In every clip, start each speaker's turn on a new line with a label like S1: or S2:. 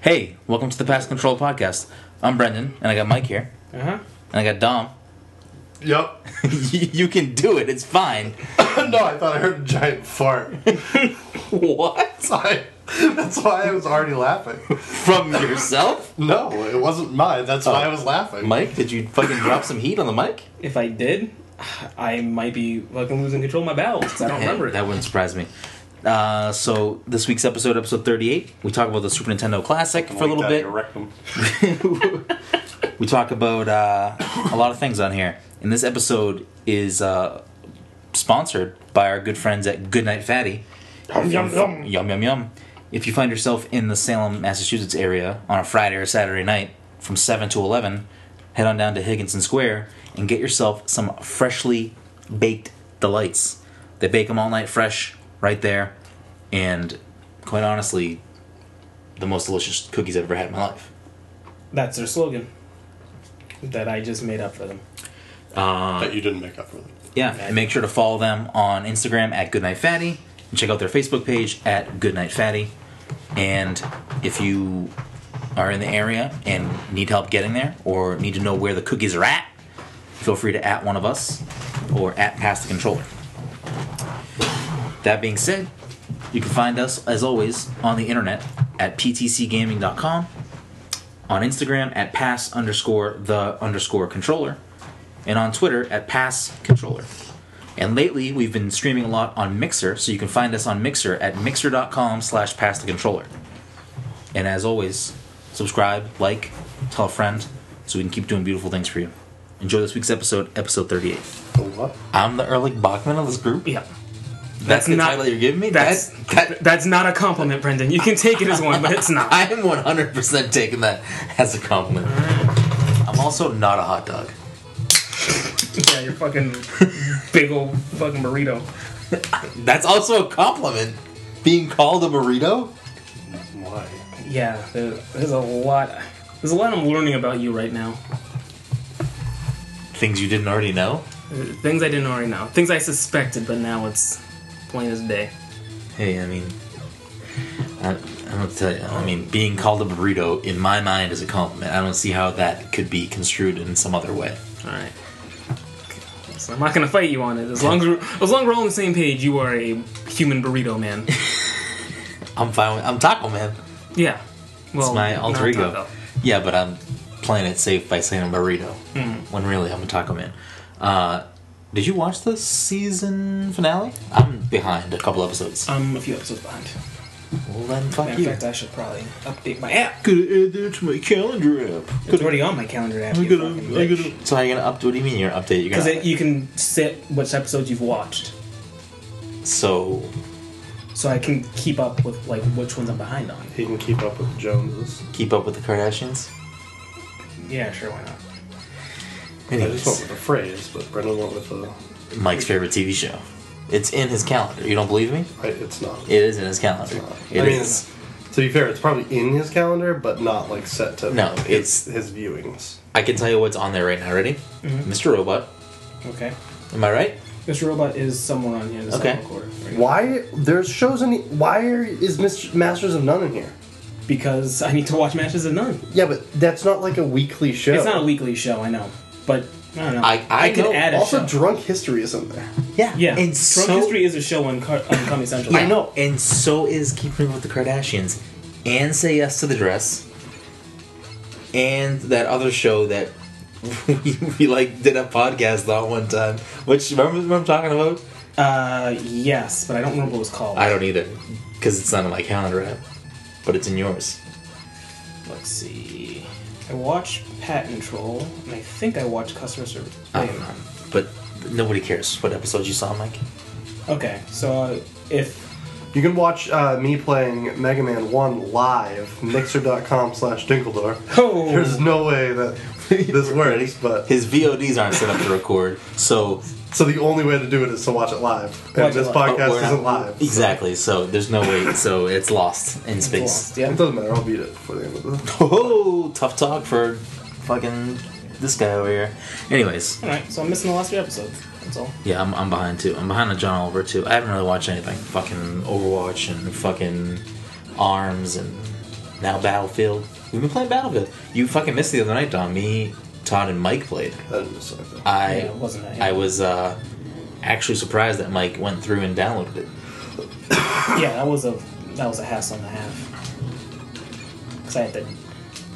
S1: Hey, welcome to the Pass Control Podcast. I'm Brendan, and I got Mike here,
S2: Uh huh.
S1: and I got Dom.
S3: Yep.
S1: you you can do it. It's fine.
S3: no, I thought I heard a giant fart.
S1: What?
S3: Sorry. That's why I was already laughing.
S1: From yourself?
S3: No, it wasn't mine. That's why I was laughing.
S1: Mike, did you fucking drop some heat on the mic?
S2: If I did, I might be fucking losing control of my bowels. 'cause I don't
S1: Hey,
S2: remember
S1: That
S2: it.
S1: wouldn't surprise me. Uh, so this week's episode, episode 38, we talk about the Super Nintendo Classic for a little bit. we talk about uh, a lot of things on here. And this episode is uh, sponsored by our good friends at Goodnight Fatty.
S2: Yum, yum.
S1: Yum yum yum. If you find yourself in the Salem, Massachusetts area on a Friday or Saturday night from seven to eleven, head on down to Higginson Square and get yourself some freshly baked delights. They bake them all night fresh, right there, and quite honestly, the most delicious cookies I've ever had in my life.
S2: That's their slogan that I just made up for them.
S1: Uh,
S3: But you didn't make up for them.
S1: Yeah, and make sure to follow them on Instagram at Goodnight Fatty and check out their Facebook page at Goodnight Fatty. And if you are in the area and need help getting there or need to know where the cookies are at, feel free to at one of us or at Pass the Controller. That being said, you can find us, as always, on the internet at ptcgaming.com, on Instagram at pass underscore the underscore controller, and on Twitter at Pass Controller. And lately, we've been streaming a lot on Mixer, so you can find us on Mixer at mixer.com slash pass the controller. And as always, subscribe, like, tell a friend, so we can keep doing beautiful things for you. Enjoy this week's episode, episode 38.
S3: The what?
S1: I'm the Erlich Bachman of this group.
S2: Yeah.
S1: That's, the
S2: not-
S1: title you're giving me?
S2: That's
S1: that, that,
S2: that's not a compliment, Brendan. You can take it as one, but it's not.
S1: I am 100% taking that as a compliment. I'm also not a hot dog.
S2: Yeah, you're fucking big old fucking burrito.
S1: That's also a compliment. Being called a burrito?
S3: Why?
S2: Yeah, there, there's a lot. There's a lot I'm learning about you right now.
S1: Things you didn't already know?
S2: Uh, Things I didn't already know. Things I suspected, but now it's plain as day.
S1: Hey, I mean, I, I don't know what to tell you. I mean, being called a burrito in my mind is a compliment. I don't see how that could be construed in some other way.
S2: All right. So I'm not gonna fight you on it. As long as we're, as long as we're all on the same page, you are a human burrito man.
S1: I'm fine. With, I'm Taco Man.
S2: Yeah. Well,
S1: It's my alter
S2: not
S1: ego.
S2: taco.
S1: Yeah, but I'm playing it safe by saying I'm burrito
S2: Hmm.
S1: when really I'm a Taco Man. Uh, did you watch the season finale? I'm behind a couple episodes.
S2: I'm Um, a few episodes behind.
S1: Well, then fuck
S2: In
S1: you.
S2: fact, I should probably update my app.
S1: Gonna add that to my calendar app.
S2: It's already on my calendar app. you fucking bitch.
S1: So how you gonna up? What do you mean you're gonna update? You're gonna
S2: 'Cause it- you can set which episodes you've watched,
S1: so
S2: so I can keep up with like which ones I'm behind on.
S3: He can keep up with the Joneses.
S1: keep up with the Kardashians.
S2: Yeah, sure, why not?
S3: I just went with a phrase, but Brendan went with a.
S1: Mike's favorite TV show. It's in his calendar. You don't believe me?
S3: I, it's not.
S1: It is in his calendar. It
S3: I mean,
S1: is-
S3: to be fair, it's probably in his calendar, but not like set to.
S1: No, it's-
S3: his, his viewings.
S1: I can tell you what's on there right now. Ready? Mr. Robot.
S2: Okay.
S1: Am I right?
S2: Mr. Robot is somewhere on here in the
S1: Okay.
S2: second quarter.
S3: Why there's shows in? Why are, is Mr. Masters of None in here?
S2: Because I need to watch matches of none.
S3: Yeah, but that's not like a weekly show.
S2: It's not a weekly show, I know, but I don't know.
S1: I- I
S2: can
S1: know.
S2: add a
S3: also,
S2: show.
S3: Drunk History isn't there.
S1: Yeah.
S2: yeah,
S1: And
S2: Drunk
S1: so,
S2: History is a show on, Car- on Comedy Central.
S1: I know. And so is Keeping Up with the Kardashians, and Say Yes to the Dress, and that other show that we, we like did a podcast on one time. Which remember what I'm talking about?
S2: Uh, yes, but I don't remember what it was called.
S1: I don't either, because it's not on my calendar app, but it's in yours.
S2: Let's see. I watched Patent Troll, and I think I watched Customer Service.
S1: I don't know. But nobody cares what episodes you saw, Mike.
S2: Okay, so uh, if
S3: You can watch uh, me playing Mega Man 1 live, mixer.com slash Dinkledore.
S2: Oh.
S3: There's no way that this works, but...
S1: His VODs aren't set up to record, so
S3: So the only way to do it is to watch it live. And
S2: Watch it
S3: this
S2: live.
S1: but
S3: podcast
S1: we're not-
S3: isn't live. so
S1: Exactly. So there's no way. So it's lost in space.
S2: Lost, yeah.
S3: It doesn't matter, I'll beat it before the end of the...
S1: Oh, tough talk for fucking this guy over here. Anyways,
S2: All right, so I'm missing the last two episodes. That's all.
S1: yeah, I'm, I'm behind too. I'm behind on John Oliver too. I haven't really watched anything. Fucking Overwatch and fucking Arms and now Battlefield. We've been playing Battlefield. You fucking missed the other night, Don. Me, Todd, and Mike played.
S4: That didn't miss anything.
S1: I
S2: Yeah, it wasn't that,
S1: I
S2: yeah.
S1: was uh, actually surprised that Mike went through and downloaded it.
S2: Yeah, that was a that was a hassle and a half. Cause I had to,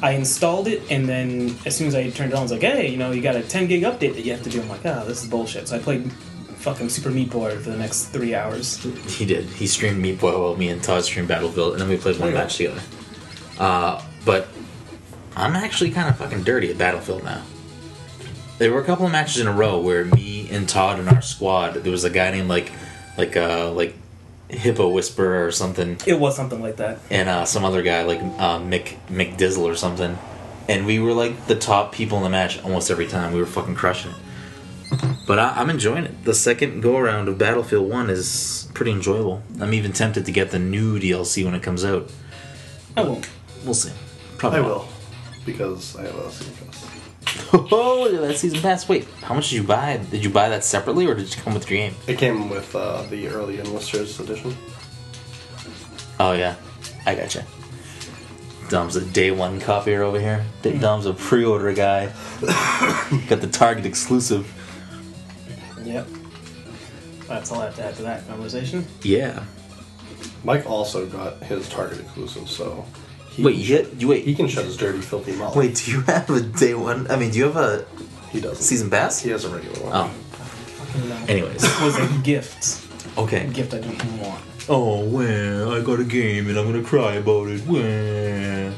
S2: I installed it and then as soon as I turned it on, I was like, hey, you know, you got a 10 gig update that you have to do. I'm like, ah, this is bullshit. So I played fucking Super Meat Boy for the next three hours.
S1: He did. He streamed Meat Boy while me and Todd streamed Battlefield, and then we played one match together. Uh, but I'm actually kind of fucking dirty at Battlefield now. There were a couple of matches in a row where me and Todd and our squad, there was a guy named like, like uh, like Hippo Whisperer or something,
S2: It was something like that.
S1: and uh, some other guy like uh, Mick Mick Dizzle or something, and we were like the top people in the match almost every time. We were fucking crushing it. But I, I'm enjoying it. The second go around of Battlefield One is pretty enjoyable. I'm even tempted to get the new DLC when it comes out.
S2: I won't.
S1: We'll see. Probably
S4: I
S1: not.
S4: will. Because I have a season pass.
S1: Oh, look at that season pass. Wait, how much did you buy? Did you buy that separately, or did it come with your game?
S4: It came with uh, the early Enlisters edition.
S1: Oh yeah, I gotcha. Dom's a day one copier over here. D- Dom's a pre-order guy. Got the Target exclusive.
S2: Yep. That's all I have to add to that conversation.
S1: Yeah.
S4: Mike also got his Target exclusive, so he
S1: Wait, you, you wait.
S4: he can shut his dirty, filthy mouth.
S1: Wait, do you have a day one? I mean, do you have a
S4: he doesn't.
S1: season pass?
S4: He has a regular one.
S1: Oh.
S2: Fucking no.
S1: Anyways.
S2: It was a gift. A
S1: Okay.
S2: gift I didn't want.
S1: Oh, well, I got a game and I'm gonna cry about it. Well.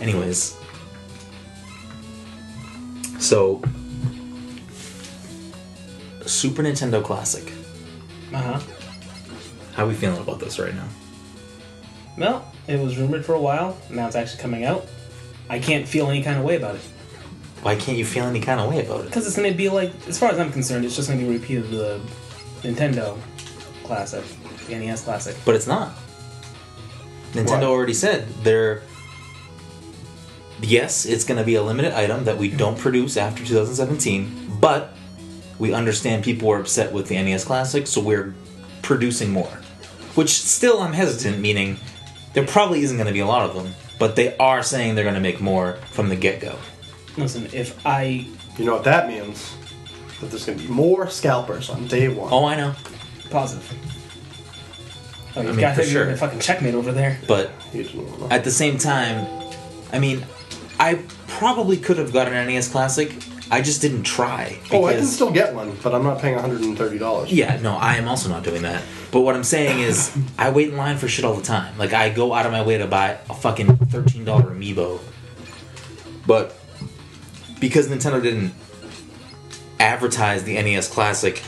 S1: Anyways. So. Super Nintendo Classic.
S2: Uh huh.
S1: How are we feeling about this right now?
S2: Well, it was rumored for a while. Now it's actually coming out. I can't feel any kind of way about it.
S1: Why can't you feel any kind of way about it?
S2: Because it's going to be like, as far as I'm concerned, it's just going to be a repeat of the Nintendo Classic, the NES Classic.
S1: But it's not. Nintendo
S4: Why?
S1: already said they're. Yes, it's going to be a limited item that we don't produce after 2017, but we understand people were upset with the NES Classic, so we're producing more. Which still I'm hesitant, meaning there probably isn't going to be a lot of them, but they are saying they're going to make more from the get go.
S2: Listen, if I.
S4: You know what that means? That there's gonna be more scalpers on day one.
S1: Oh, I know,
S2: Positive. Oh, you've
S1: mean,
S2: got
S1: for
S2: to
S1: sure.
S2: a fucking checkmate over there.
S1: but
S4: He didn't know.
S1: at the same time, I mean, I probably could have got an NES Classic. I just didn't try.
S4: oh, I can
S1: because-
S4: still get one, but I'm not paying $130.
S1: Yeah, no, I am also not doing that. But what I'm saying is, I wait in line for shit all the time. Like, I go out of my way to buy a fucking $13 amiibo. But because Nintendo didn't advertise the NES Classic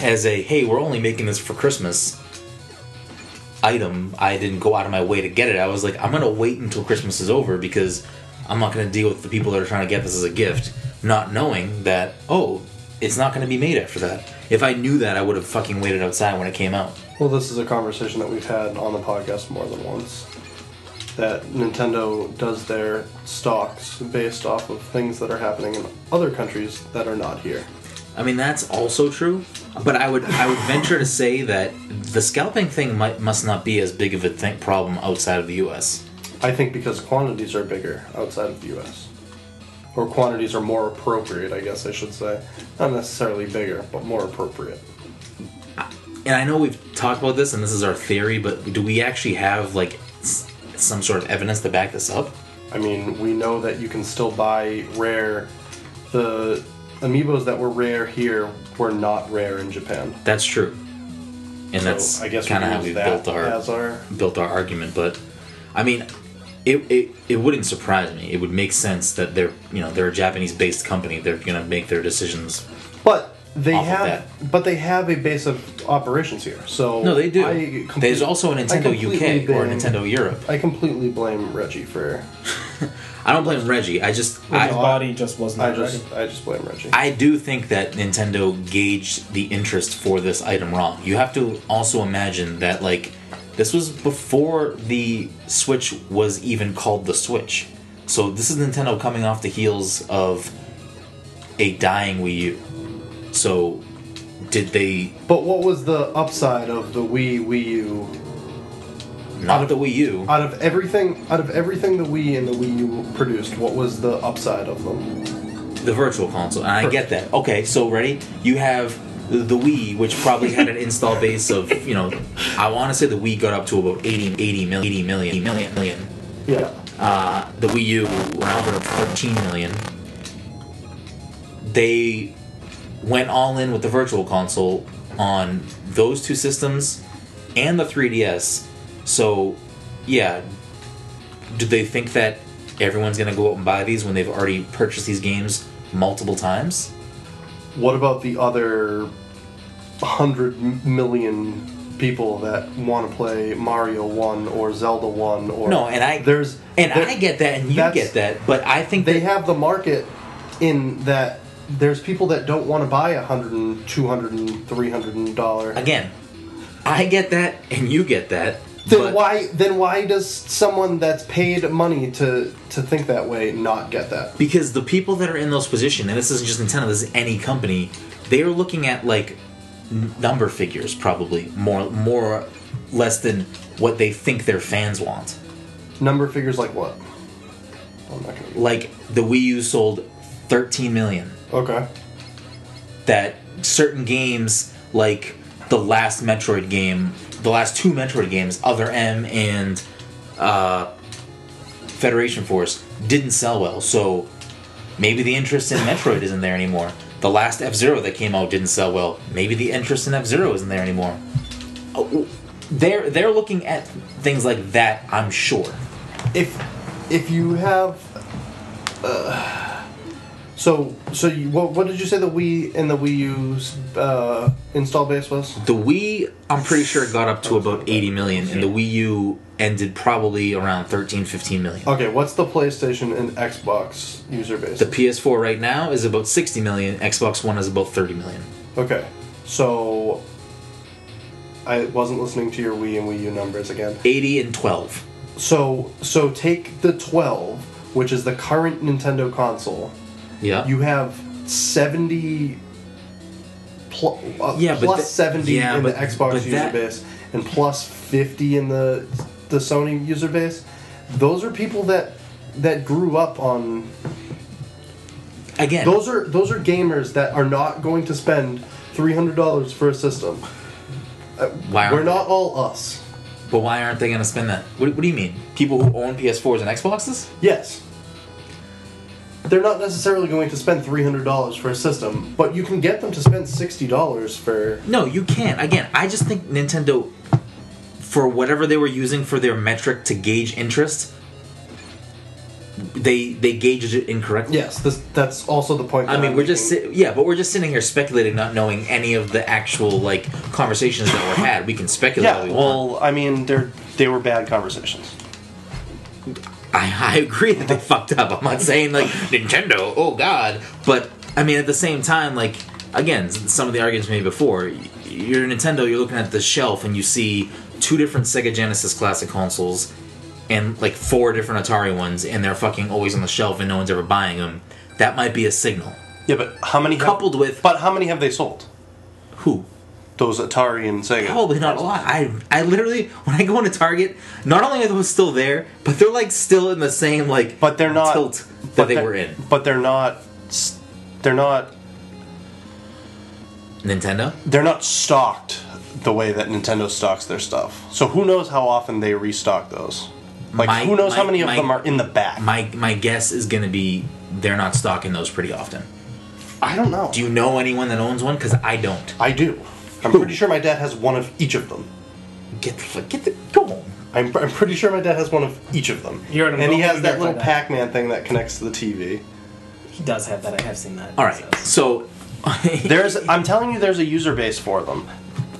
S1: as a, hey, we're only making this for Christmas item, I didn't go out of my way to get it. I was like, I'm going to wait until Christmas is over because I'm not going to deal with the people that are trying to get this as a gift, not knowing that, oh, it's not going to be made after that. If I knew that, I would have fucking waited outside when it came out.
S4: Well, this is a conversation that we've had on the podcast more than once. That Nintendo does their stocks based off of things that are happening in other countries that are not here.
S1: I mean, that's also true, but I would I would venture to say that the scalping thing might must not be as big of a thing, problem outside of the U.S.
S4: I think because quantities are bigger outside of the US. Or quantities are more appropriate, I guess I should say. Not necessarily bigger, but more appropriate.
S1: and I know we've talked about this, and this is our theory, but do we actually have like s- some sort of evidence to back this up?
S4: I mean, we know that you can still buy rare. The amiibos that were rare here were not rare in Japan.
S1: That's true, and that's
S4: so I guess we
S1: kind of
S4: can
S1: how
S4: use
S1: we
S4: that
S1: built our
S4: as our.
S1: built our argument. But I mean, it, it it wouldn't surprise me. It would make sense that they're you know they're a Japanese based company. They're gonna make their decisions.
S4: But they
S1: off of
S4: have,
S1: that.
S4: but they have a base of operations here. So
S1: No, they do.
S4: I complete-
S1: There's also a
S4: I
S1: Nintendo UK
S4: completely
S1: or a
S4: blame-
S1: Nintendo Europe.
S4: I completely blame Reggie for.
S1: I don't blame Reggie. I just
S2: His
S1: I,
S2: body just wasn't
S4: I
S2: ready.
S4: just, I just blame Reggie.
S1: I do think that Nintendo gauged the interest for this item wrong. You have to also imagine that like this was before the Switch was even called the Switch. So this is Nintendo coming off the heels of a dying Wii U. So did they
S4: But what was the upside of the Wii Wii U
S1: Not the Wii U.
S4: Out of everything, out of everything the Wii and the Wii U produced, what was the upside of them?
S1: the virtual console and i
S4: Sure.
S1: get that okay so ready you have the wii which probably had an install base of you know i want to say the wii got up to about 80 80 million 80 million million million
S4: Yeah,
S1: uh, the wii u around about 13 million they went all in with the virtual console on those two systems and the 3ds so yeah do they think that everyone's going to go out and buy these when they've already purchased these games multiple times?
S4: What about the other hundred million people that want to play Mario One or Zelda One? Or
S1: No, and I
S4: there's
S1: and
S4: there-
S1: I get that and you
S4: that's-
S1: get that, but I think
S4: They
S1: they
S4: have the market in that there's people that don't want to buy a hundred and two hundred and three hundred and dollar.
S1: again. I get that and you get that.
S4: Then
S1: but
S4: why then why does someone that's paid money to to think that way not get that?
S1: Because the people that are in those positions, and this isn't just Nintendo, this is any company, they are looking at like n- number figures probably more more less than what they think their fans want.
S4: Number figures like what? I'm not gonna.
S1: Like the Wii U sold 13 million.
S4: Okay.
S1: that certain games like the last Metroid game, the last two Metroid games, Other M and uh, Federation Force, didn't sell well. So maybe the interest in Metroid isn't there anymore. The last F Zero that came out didn't sell well. Maybe the interest in F Zero isn't there anymore. Uh, w- They're they're looking at things like that. I'm sure.
S4: If if you have. Uh, so so you, what, what did you say the Wii and the Wii U's uh, install base was?
S1: The Wii, I'm pretty sure, got up to about 80 million, and the Wii U ended probably around 13, 15 million.
S4: Okay, what's the PlayStation and Xbox user base?
S1: The PS4 right now is about 60 million. Xbox One is about 30 million.
S4: okay, so I wasn't listening to your Wii and Wii U numbers again.
S1: 80 and 12.
S4: So so take the 12, which is the current Nintendo console.
S1: Yeah.
S4: You have 70 pl- uh,
S1: Yeah, but
S4: plus
S1: tha-
S4: 70
S1: yeah,
S4: in
S1: but-
S4: the Xbox
S1: but
S4: user
S1: that-
S4: base and plus 50 in the the Sony user base. Those are people that that grew up on
S1: Again,
S4: those are those are gamers that are not going to spend $300 for a system.
S1: why aren't,
S4: We're not all us.
S1: But why aren't they going to spend that? What, what do you mean? People who own PS4s and Xboxes?
S4: Yes. They're not necessarily going to spend three hundred dollars for a system, but you can get them to spend sixty dollars for.
S1: No, you can't. Again, I just think Nintendo, for whatever they were using for their metric to gauge interest, they they gauged it incorrectly.
S4: Yes, this, that's also the point.
S1: I
S4: that
S1: mean,
S4: I'm
S1: we're just
S4: making.
S1: sit- yeah, but we're just sitting here speculating, not knowing any of the actual like conversations that were had. We can speculate. all
S4: Yeah,
S1: we want.
S4: well, I mean, they're they were bad conversations.
S1: I, I agree that they fucked up. I'm not saying like Nintendo, oh god, but I mean at the same time, like again, s- some of the arguments made before, y- you're Nintendo, you're looking at the shelf and you see two different Sega Genesis classic consoles and like four different Atari ones, and they're fucking always on the shelf and no one's ever buying them. That might be a signal.
S5: Yeah, but how many have-
S1: Coupled with-
S5: But how many have they sold?
S1: Who?
S5: Those Atari and Sega.
S1: Probably not a lot. I I literally when I go into Target, not only are those still there, but they're like still in the same like
S5: But they're not.
S1: tilt that
S5: but
S1: they
S5: they're-
S1: were in.
S5: But they're not. s- They're not.
S1: Nintendo.
S5: They're not stocked the way that Nintendo stocks their stuff. So who knows how often they restock those? Like
S1: My-
S5: who knows
S1: my-
S5: how many
S1: my-
S5: of them are in the back?
S1: My my guess is going to be they're not stocking those pretty often.
S5: I don't know.
S1: Do you know anyone that owns one? Because I don't.
S5: I do. I'm pretty sure my dad has one of each of them.
S1: Get the fuck- get the go home.
S5: I'm, I'm pretty sure my dad has one of each of them.
S2: You're an
S5: and he
S2: adult,
S5: has
S2: you
S5: that
S2: verify
S5: little
S2: that.
S5: Pac-Man thing that connects to the TV.
S2: He does have that. I have seen that.
S1: All right. So
S5: There's, I'm telling you, there's a user base for them.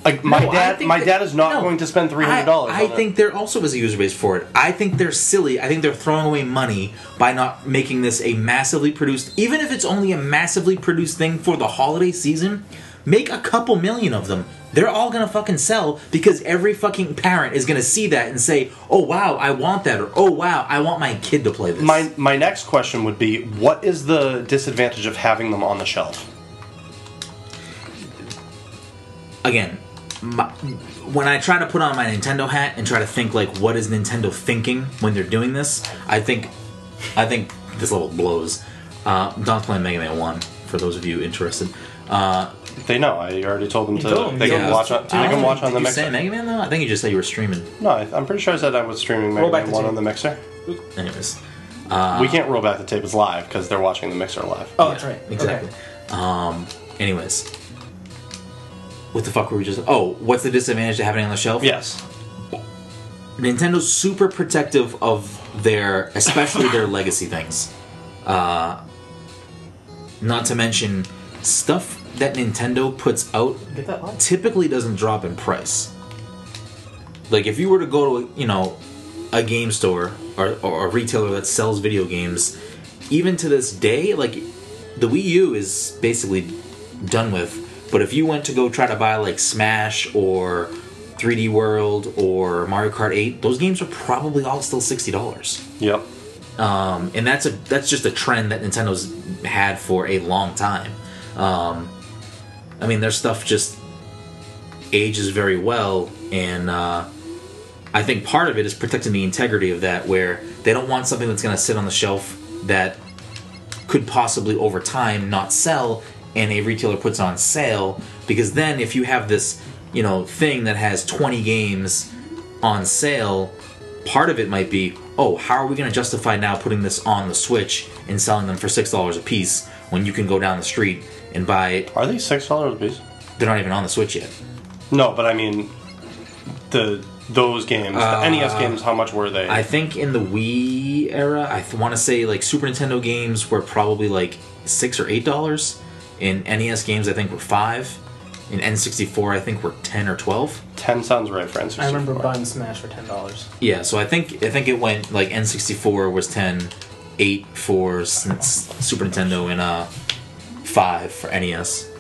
S5: Like my
S1: No, I
S5: dad,
S1: think
S5: my
S1: that-
S5: dad is not
S1: no,
S5: going to spend three
S1: I,
S5: hundred dollars.
S1: I think there also is a user base for it. I think they're silly. I think they're throwing away money by not making this a massively produced. Even if it's only a massively produced thing for the holiday season, make a couple million of them. They're all gonna fucking sell because every fucking parent is gonna see that and say, "Oh wow, I want that," or "Oh wow, I want my kid to play this."
S5: My my next question would be, what is the disadvantage of having them on the shelf?
S1: Again, my, when I try to put on my Nintendo hat and try to think like, what is Nintendo thinking when they're doing this? I think, I think this level blows. Uh, Don's playing Mega Man One. For those of you interested, uh,
S4: They know. I already told them to.
S2: told them,
S4: they
S2: yeah.
S4: can watch on. They
S1: I don't
S4: can watch
S1: think-
S4: on the
S1: did you say
S4: mixer.
S1: Mega Man though. I think you just said you were streaming.
S4: No, I, I'm pretty sure I said I was streaming Mega
S2: Roll back
S4: Man
S2: the
S4: One
S2: tape. Uh-huh.
S4: on the mixer.
S1: Anyways,
S4: we can't roll back the tape. It's live because they're watching the mixer live.
S2: Oh, that's right.
S1: exactly. Um, anyways, what the fuck were we just? Oh, what's the disadvantage to having it on the shelf?
S4: Yes.
S1: Nintendo's super protective of their, especially their legacy things. Uh, not to mention stuff that Nintendo puts out
S2: Okay. Get that light.
S1: typically doesn't drop in price. Like if you were to go to you know a game store or, or a retailer that sells video games, even to this day, like the Wii U is basically done with. But if you went to go try to buy like Smash or 3D World or Mario Kart 8, those games are probably all still sixty dollars.
S4: Yep.
S1: Um, and that's a that's just a trend that Nintendo's had for a long time. Um, I mean, their stuff just ages very well, and uh, I think part of it is protecting the integrity of that, where they don't want something that's going to sit on the shelf that could possibly over time not sell, and a retailer puts on sale because then if you have this you know thing that has 20 games on sale part of it might be, oh, how are we going to justify now putting this on the Switch and selling them for six dollars a piece when you can go down the street and buy it?
S4: Are they six dollars a piece?
S1: They're not even on the Switch yet.
S4: No, but I mean, the those games,
S2: Uh,
S4: the NES games. How much were they?
S1: I think in the Wii era, I th- want to say like Super Nintendo games were probably like six or eight dollars. In NES games, I think were five. In N64, I think were ten or twelve.
S4: Ten sounds right, friends.
S2: I remember buying Smash for ten dollars.
S1: Yeah, so I think I think it went like N64 was 10, 8 for since Super Nintendo and uh 5 for NES.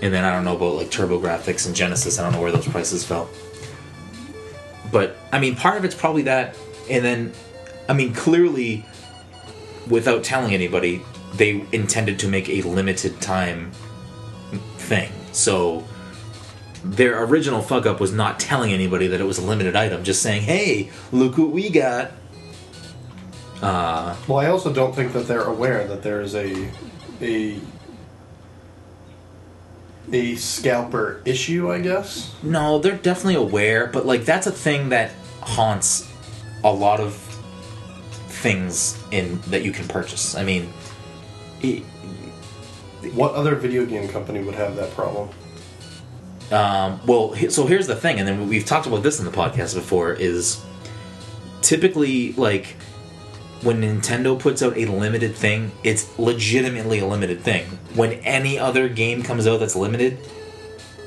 S1: And then I don't know about like TurboGrafx and Genesis. I don't know where those prices fell. But I mean, part of it's probably that and then I mean, clearly without telling anybody, they intended to make a limited time thing. So their original fuck up was not telling anybody that it was a limited item, just saying, "Hey, look what we got."
S3: Well, I also don't think that they're aware that there is a a a scalper issue. I guess
S1: No, they're definitely aware, but like that's a thing that haunts a lot of things in that you can purchase. I mean, it,
S3: what other video game company would have that problem?
S1: Um, well, he- so here's the thing, and then we've talked about this in the podcast before. Is typically like when Nintendo puts out a limited thing, it's legitimately a limited thing. When any other game comes out that's limited,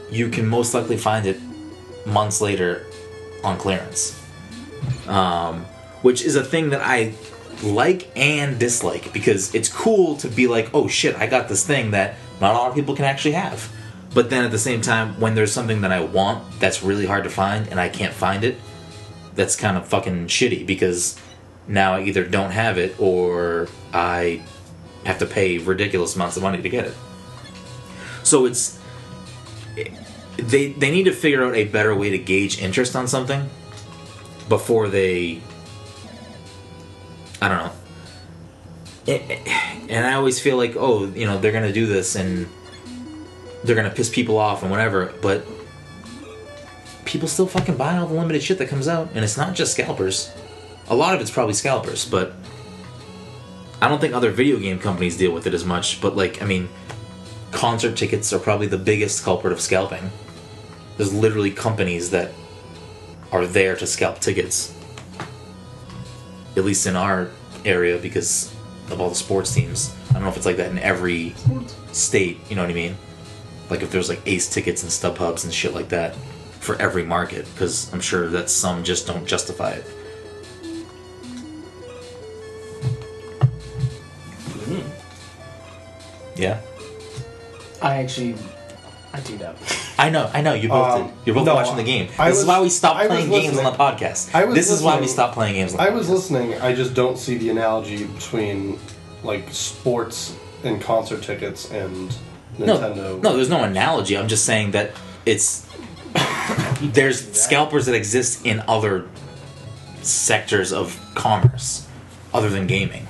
S1: you can most likely find it months later on clearance, um, which is a thing that I like and dislike because it's cool to be like, oh shit, I got this thing that not a lot of people can actually have. But then at the same time, when there's something that I want that's really hard to find and I can't find it, that's kind of fucking shitty because now I either don't have it or I have to pay ridiculous amounts of money to get it. So it's they they need to figure out a better way to gauge interest on something before they I don't know. It- and I always feel like, oh, you know, they're gonna do this and they're gonna piss people off and whatever, but people still fucking buy all the limited shit that comes out, and it's not just scalpers. A lot of it's probably scalpers, but I don't think other video game companies deal with it as much. But like, I mean, concert tickets are probably the biggest culprit of scalping. There's literally companies that are there to scalp tickets. At least in our area, because of all the sports teams. I don't know if it's like that in every state. You know what I mean? Like if there's like ace tickets and stub hubs and shit like that for every market, because I'm sure that some just don't justify it.
S3: Hmm.
S1: Yeah,
S2: I actually, I tuned out.
S1: I know, I know. You both
S3: Um,
S1: did. You're both
S3: no,
S1: watching the game. This
S3: I
S1: is
S3: was-
S1: why we stop
S3: I was
S1: playing games on the
S3: listening.
S1: podcast.
S3: I was
S1: this is why we
S3: listening.
S1: stop playing games. On the
S3: I was
S1: podcast.
S3: listening. I just don't see the analogy between like sports and concert tickets and
S1: no,
S3: Nintendo.
S1: no, there's no analogy. I'm just saying that it's there's scalpers that exist in other sectors of commerce other than gaming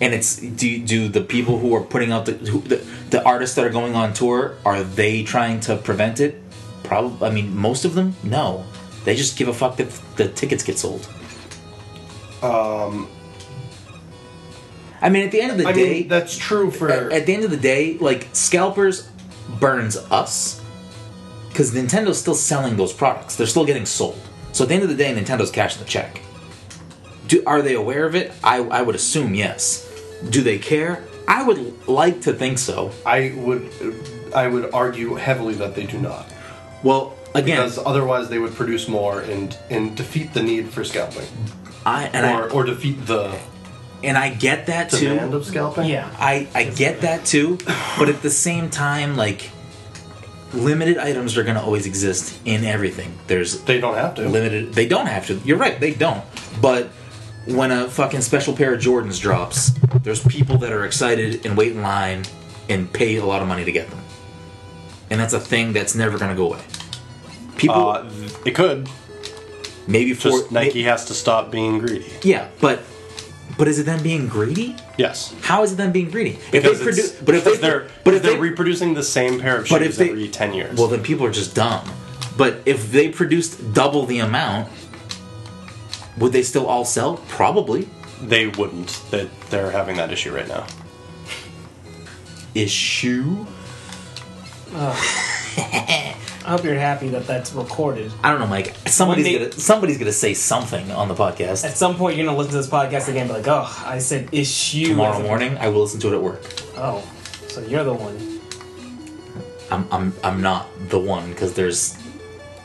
S1: and it's do do the people who are putting out the who, the, the artists that are going on tour are they trying to prevent it probably i mean most of them no they just give a fuck that the tickets get sold
S4: Um,
S1: i mean at the end of the
S3: I
S1: day
S3: mean, that's true for.
S1: at, at the end of the day, like scalpers burns us because Nintendo's still selling those products. They're still getting sold. So at the end of the day, Nintendo's cashing the check. Do, are they aware of it? I, I would assume yes. Do they care? I would like to think so.
S4: I would.
S3: would I would argue heavily that they do not,
S1: Well, again,
S3: because otherwise they would produce more and and defeat the need for scalping,
S1: I and
S3: or
S1: I
S3: or defeat the
S1: and I get that too.
S3: demand of scalping.
S2: Yeah.
S1: I, I get that too, but at the same time, like limited items are gonna always exist in everything. There's
S3: they don't have to.
S1: limited. They don't have to. You're right. They don't. But when a fucking special pair of Jordans drops, there's people that are excited and wait in line and pay a lot of money to get them. And that's a thing that's never going to go away. People
S4: Uh, th- it could.
S1: maybe for
S4: Just
S1: may-
S4: Nike has to stop being greedy.
S1: yeah, but but is it them being greedy?
S4: Yes.
S1: How is it them being greedy?
S4: Because
S1: if they
S4: it's-
S1: produce, but if they,
S4: because they're,
S1: but if
S4: they're
S1: they,
S4: reproducing the same pair of shoes
S1: But if they-
S4: every ten years.
S1: well, then people are just dumb. But if they produced double the amount, would they still all sell? Probably.
S4: they wouldn't. That they're having that issue right now.
S1: Issue.
S2: I hope you're happy that that's recorded.
S1: I don't know, Mike. Somebody's
S2: When they-
S1: gonna somebody's gonna say something on the podcast
S2: At some point, you're gonna listen to this podcast again, and be like, "Oh, I said issue
S1: tomorrow
S2: as a-
S1: morning. I will listen to it at work.
S2: Oh, so you're the one.
S1: I'm I'm I'm not the one because there's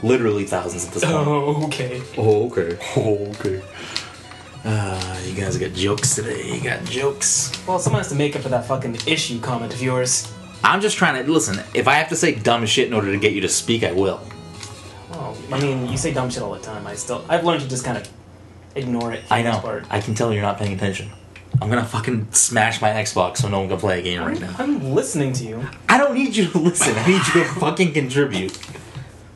S1: literally thousands at this point.
S2: Oh, okay.
S1: Oh, okay.
S4: Okay.
S1: Uh, you guys got jokes today. You got jokes.
S2: Well, someone has to make up for that fucking issue comment of yours.
S1: I'm just trying to listen. If I have to say dumb shit in order to get you to speak, I will.
S2: Oh, I mean, you say dumb shit all the time. I still, I've learned to just kind of ignore it. For
S1: I
S2: the most
S1: know.
S2: Part.
S1: I can tell you're not paying attention. I'm gonna fucking smash my Xbox so no one can play a game right now.
S2: I'm listening to you.
S1: I don't need you to listen. I need you to fucking contribute.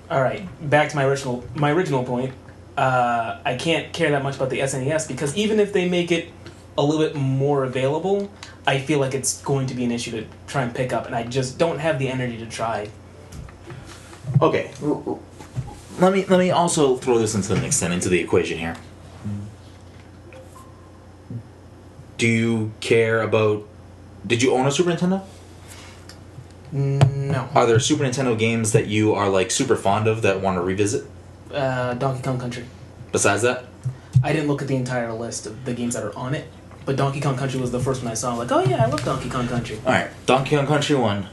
S2: All right, back to my original my original point. Uh, I can't care that much about the SNES because even if they make it a little bit more available, I feel like it's going to be an issue to try and pick up, and I just don't have the energy to try.
S1: Okay. Let me let me also throw this into the mix then into the equation here. Do you care about? Did you own a Super Nintendo?
S2: No,
S1: Are there Super Nintendo games that you are like super fond of that want to revisit?
S2: uh, Donkey Kong Country.
S1: Besides that,
S2: I didn't look at the entire list of the games that are on it, but Donkey Kong Country was the first one I saw. I'm like, oh yeah, I love Donkey Kong Country.
S1: all right. Donkey Kong Country One,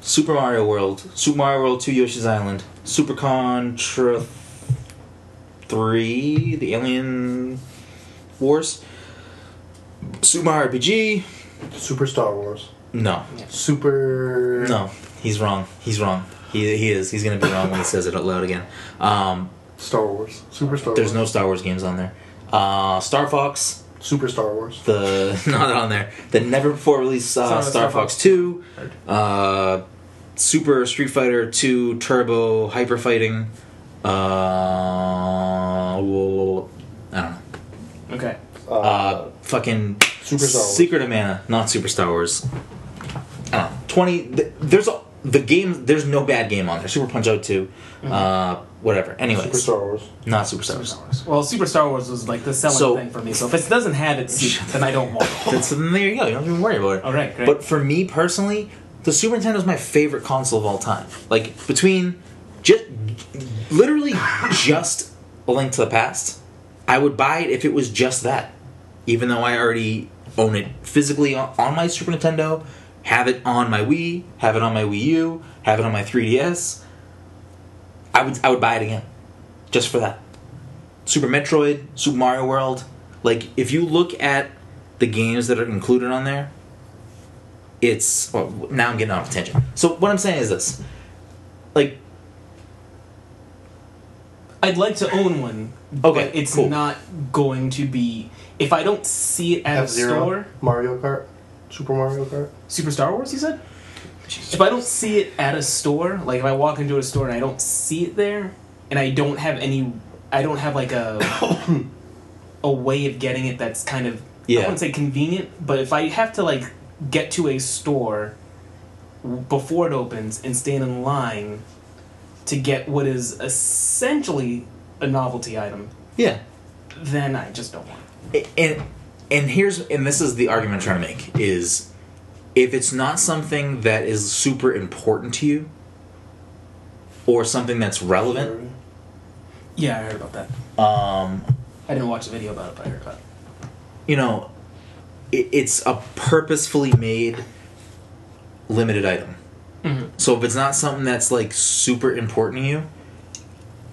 S1: Super Mario World, Super Mario World Two, Yoshi's Island, Super Contra Three, The Alien Wars, Super Mario RPG.
S3: Super Star Wars.
S1: No.
S3: Super.
S1: No, he's wrong. He's wrong. He, he is. He's gonna be wrong when he says it out loud again. Um,
S3: Star Wars. Super Star
S1: there's no
S3: Wars.
S1: Star Wars games on there. Uh, Star Fox,
S3: no Super Star Wars.
S1: the not on there. The never before released
S2: It's not
S1: uh,
S2: on
S1: Star
S2: Star
S1: Fox
S2: Fox.
S1: Two, uh, Super Street Fighter Two Turbo Hyper Fighting. Uh, well, I don't know.
S2: Okay.
S3: Uh,
S1: Uh, fucking
S3: Super Star Wars.
S1: Secret of Mana, not Super Star Wars. I don't know. Twenty. Th- there's a, the game. There's no bad game on there. Super Punch Out 2 Uh, whatever. Anyways,
S3: Super Star Mm-hmm. Wars.
S1: not Super Star Wars.
S2: Well, Super Star Wars was like the selling
S1: So-
S2: thing for me. So if it doesn't have it, then I don't want it.
S1: That's, then there you go. You don't even worry about it.
S2: All Oh, right, great.
S1: But for me personally, the Super Nintendo is my favorite console of all time. Like between just literally just A Link to the Past, I would buy it if it was just that. Even though I already own it physically on, on my Super Nintendo, have it on my Wii, have it on my Wii U, have it on my 3DS, I would I would buy it again just for that. Super Metroid, Super Mario World. Like, if you look at the games that are included on there, it's. Well, now I'm getting off attention. So, what I'm saying is this. Like,
S2: I'd like to own one.
S1: Okay,
S2: but it's
S1: cool.
S2: not going to be if I don't see it at
S3: F
S2: a store.
S3: Zero. Mario Kart. Super Mario Kart.
S2: Super Star Wars, you said. If I don't see it at a store, like if I walk into a store and I don't see it there, and I don't have any. I don't have like a a way of getting it that's kind of I
S1: Yeah.
S2: wouldn't say convenient, but if I have to like get to a store before it opens and stand in line to get what is essentially a novelty item,
S1: Yeah.
S2: then I just don't want. it.
S1: and and here's and this is the argument I'm trying to make is if it's not something that is super important to you or something that's relevant
S2: Yeah, I heard about that.
S1: um
S2: I didn't watch the video about it, but I heard about it.
S1: you know it, it's a purposefully made limited item so if it's not something that's like super important to you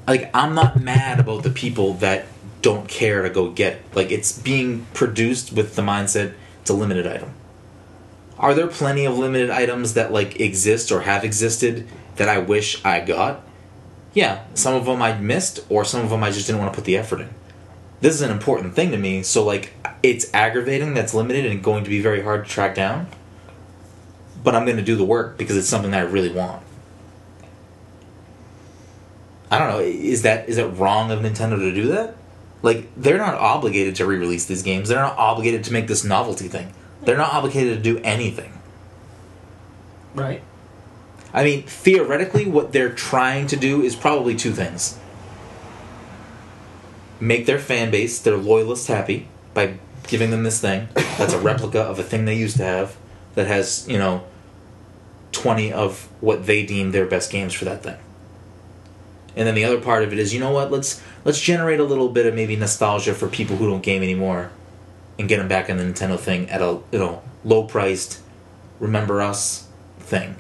S1: like i'm not mad about the people that don't care to go get it like it's being produced with the mindset it's a limited item are there plenty of limited items that like exist or have existed that i wish i got yeah some of them i missed or some of them i just didn't want to put the effort in this is an important thing to me so like it's aggravating that's limited and going to be very hard to track down but i'm going to do the work because it's something that i really want i don't know is that is it wrong of nintendo to do that like they're not obligated to re-release these games they're not obligated to make this novelty thing they're not obligated to do anything
S2: Right.
S1: I mean, theoretically, what they're trying to do is probably two things make their fan base, their loyalists, happy by giving them this thing that's a replica of a thing they used to have that has, you know, 20 of what they deem their best games for that thing. And then the other part of it is, you know what? Let's let's generate a little bit of maybe nostalgia for people who don't game anymore, and get them back in the Nintendo thing at a you know low priced, remember us thing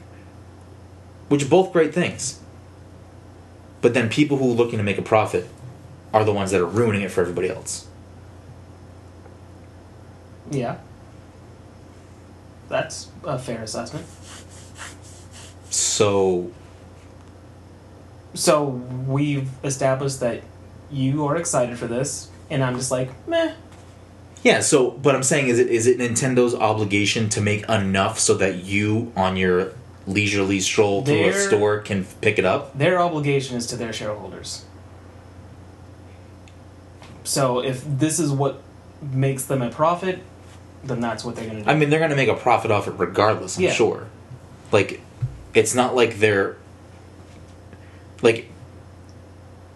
S1: which are both great things. But then people who are looking to make a profit are the ones that are ruining it for everybody else.
S2: Yeah. That's a fair assessment.
S1: So
S2: So we've established that you are excited for this, and I'm just like, meh.
S1: yeah, so but I'm saying is it is it Nintendo's obligation to make enough so that you on your leisurely stroll through a
S2: They're-
S1: store can pick it up?
S2: Their obligation is to their shareholders. So if this is what makes them a profit, then that's what they're gonna do.
S1: I mean, they're going to make a profit off it regardless, I'm
S2: Yeah.
S1: sure. Like, it's not like they're. Like,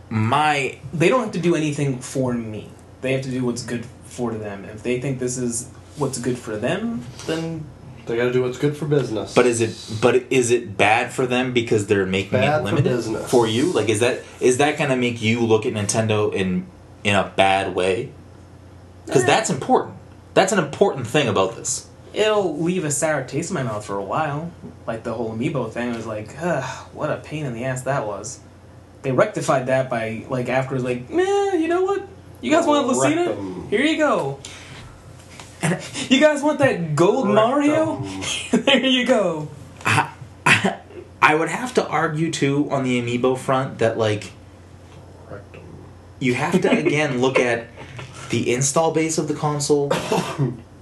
S1: my.
S2: they don't have to do anything for me. They have to do what's good for them. If they think this is what's good for them, then
S3: They got to do what's good for business.
S1: But is it but is it bad for them because they're making
S3: Bad
S1: it
S3: for
S1: limited
S3: business.
S1: for you? Like is that is that gonna make you look at Nintendo in in a bad way? Because
S2: Eh.
S1: that's important. That's an important thing about this.
S2: it'll leave a sour taste in my mouth for a while. Like the whole amiibo thing, it was like, ugh, what a pain in the ass that was. They rectified that by like afterwards, like, meh, you know what? You guys want Lucina?
S3: Rectum.
S2: Here you go. you guys want that gold Mario? there you go.
S1: I would have to argue too on the amiibo front that like
S3: Rectum.
S1: you have to again look at the install base of the console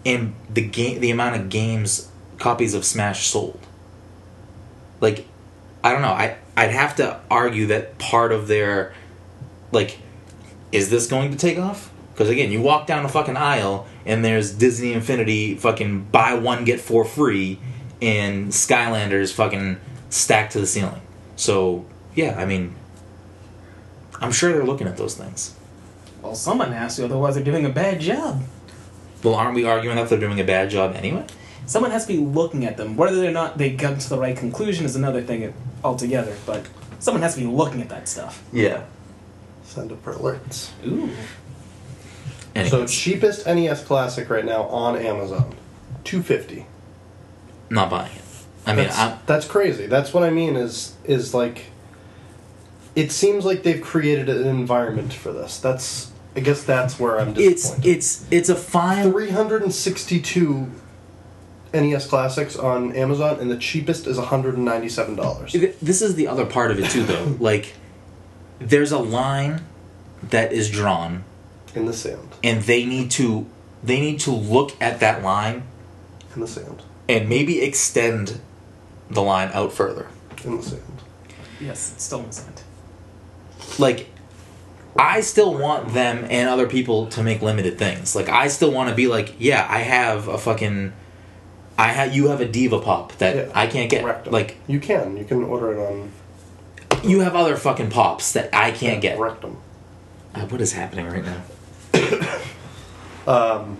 S1: and the game the amount of games copies of smash sold like i don't know i i'd have to argue that part of their like is this going to take off because again you walk down a fucking aisle and there's disney infinity fucking buy one get four free and skylanders fucking stacked to the ceiling so yeah i mean i'm sure they're looking at those things
S2: Well, someone has to, otherwise they're doing a bad job.
S1: well aren't we arguing that they're doing a bad job anyway
S2: Someone has to be looking at them. Whether or not they come to the right conclusion is another thing altogether, but someone has to be looking at that stuff.
S1: yeah
S3: Send up for alerts.
S2: Ooh.
S1: anyway
S3: So cheapest NES classic right now on Amazon, two fifty.
S1: not buying it i mean
S3: that's,
S1: i
S3: that's crazy. That's what I mean. Is is like, it seems like they've created an environment for this. That's I guess that's where I'm
S1: it's
S3: disappointed.
S1: it's it's a fine
S3: 362
S4: E
S3: NES classics on Amazon, and the cheapest is $197.
S1: Th- This is the other part of it too, though. like, there's a line that is drawn,
S3: In the sand.
S1: and they need to they need to look at that line
S3: In the sand.
S1: and maybe extend the line out further.
S3: In the sand.
S2: Yes, it's still in the sand.
S1: like I still want them and other people to make limited things. Like I still want to be like, yeah, I have a fucking, I have you have a diva pop that
S3: Yeah.
S1: I can't get.
S3: Rectum.
S1: Like
S3: you can, you can order it on
S1: you have other fucking pops that I can't get.
S3: Rectum.
S1: Uh, What is happening right now?
S3: Um,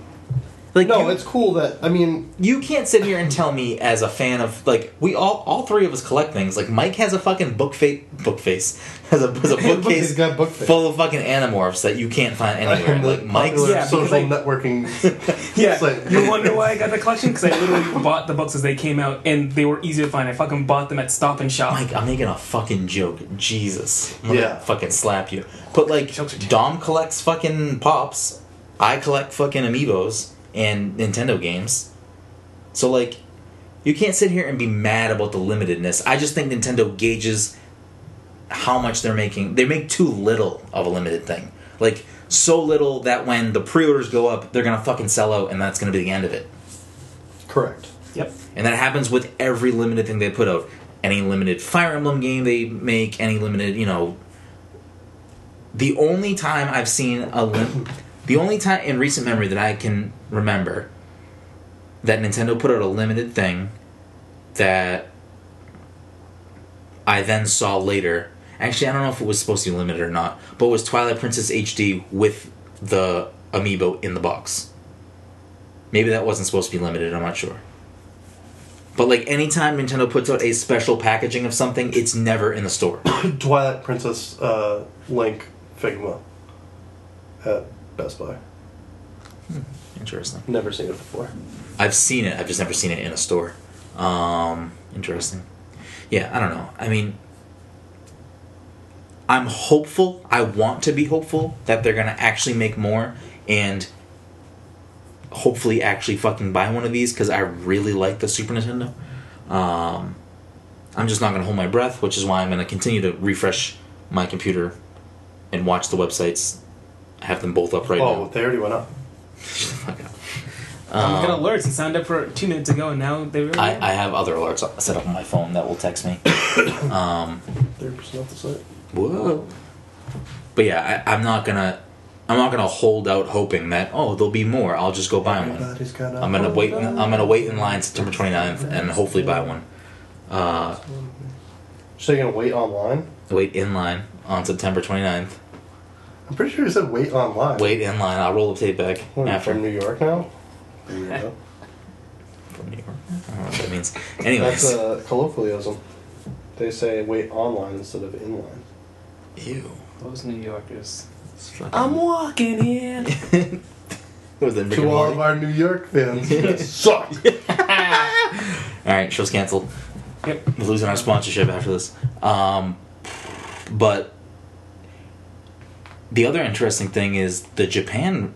S1: Like
S3: no,
S1: you,
S3: it's cool that I mean,
S1: you can't sit here and tell me as a fan of like we all all three of us collect things. Like Mike has a fucking book fa- book face has a, has a bookcase
S3: He's got book face.
S1: full of fucking animorphs that you can't find anywhere. Like Mike's
S3: popular
S2: Yeah, because
S3: social
S2: I-
S3: networking.
S2: Yeah,
S3: It's like-
S2: you wonder why I got the collection because I literally bought the books as they came out, and they were easy to find. I fucking bought them at Stop and Shop.
S1: Mike, I'm making a fucking joke. Jesus. I'm gonna
S3: Yeah.
S1: Fucking slap you. But like,
S2: Jokes are terrible.
S1: Dom collects fucking pops. I collect fucking amiibos and Nintendo games. So like, you can't sit here and be mad about the limitedness. I just think Nintendo gauges how much they're making. They make too little of a limited thing. Like, so little that when the pre orders go up, they're gonna fucking sell out and that's gonna be the end of it.
S3: Correct.
S2: Yep.
S1: And that happens with every limited thing they put out. Any limited Fire Emblem game they make, any limited, you know. The only time I've seen a lim- the only time in recent memory that I can remember that Nintendo put out a limited thing that I then saw later. Actually, I don't know if it was supposed to be limited or not, but it was Twilight Princess HD with the amiibo in the box. Maybe that wasn't supposed to be limited, I'm not sure. But like anytime Nintendo puts out a special packaging of something, it's never in the store.
S3: Twilight Princess uh, Link Figma at Best Buy.
S1: Interesting.
S3: Never seen it before.
S1: I've seen it. I've just never seen it in a store. Um, interesting. Yeah, I don't know. I mean, I'm hopeful. I want to be hopeful that they're gonna actually make more and hopefully actually fucking buy one of these because I really like the Super Nintendo. Um, I'm just not gonna hold my breath, which is why I'm gonna continue to refresh my computer and watch the websites. I have them both up right
S3: oh,
S1: now.
S3: they already went up.
S1: Shut the fuck up.
S2: I'm
S1: Um,
S2: gonna alerts and signed up for two minutes ago, and now they really.
S1: I, I have other alerts set up on my phone that will text me. um,
S3: Thirty percent off the site.
S1: whoa. But yeah, I, I'm not gonna, I'm not gonna hold out hoping that oh there'll be more. I'll just go buy one.
S3: Everybody's got a-
S1: I'm gonna wait. I'm gonna wait in line September 29th and hopefully buy one. Uh,
S3: So you're gonna wait online?
S1: wait in line on September 29th.
S3: I'm pretty sure you said wait online.
S1: Wait in line. I'll roll the tape back
S3: What, are you
S1: after
S3: from New York now. Weirdo.
S1: from New York. I don't know what that means.
S3: That's uh,
S1: Anyways,
S3: a colloquialism. They say wait online instead of inline.
S1: ew.
S2: Those New Yorkers.
S1: It's fucking-
S2: I'm walking in.
S1: Was it Rick
S3: To
S1: and
S3: all
S1: Morty?
S3: of our New York fans, that suck.
S1: All right, show's canceled.
S2: Yep.
S1: We're losing our sponsorship after this. Um, but the other interesting thing is the Japan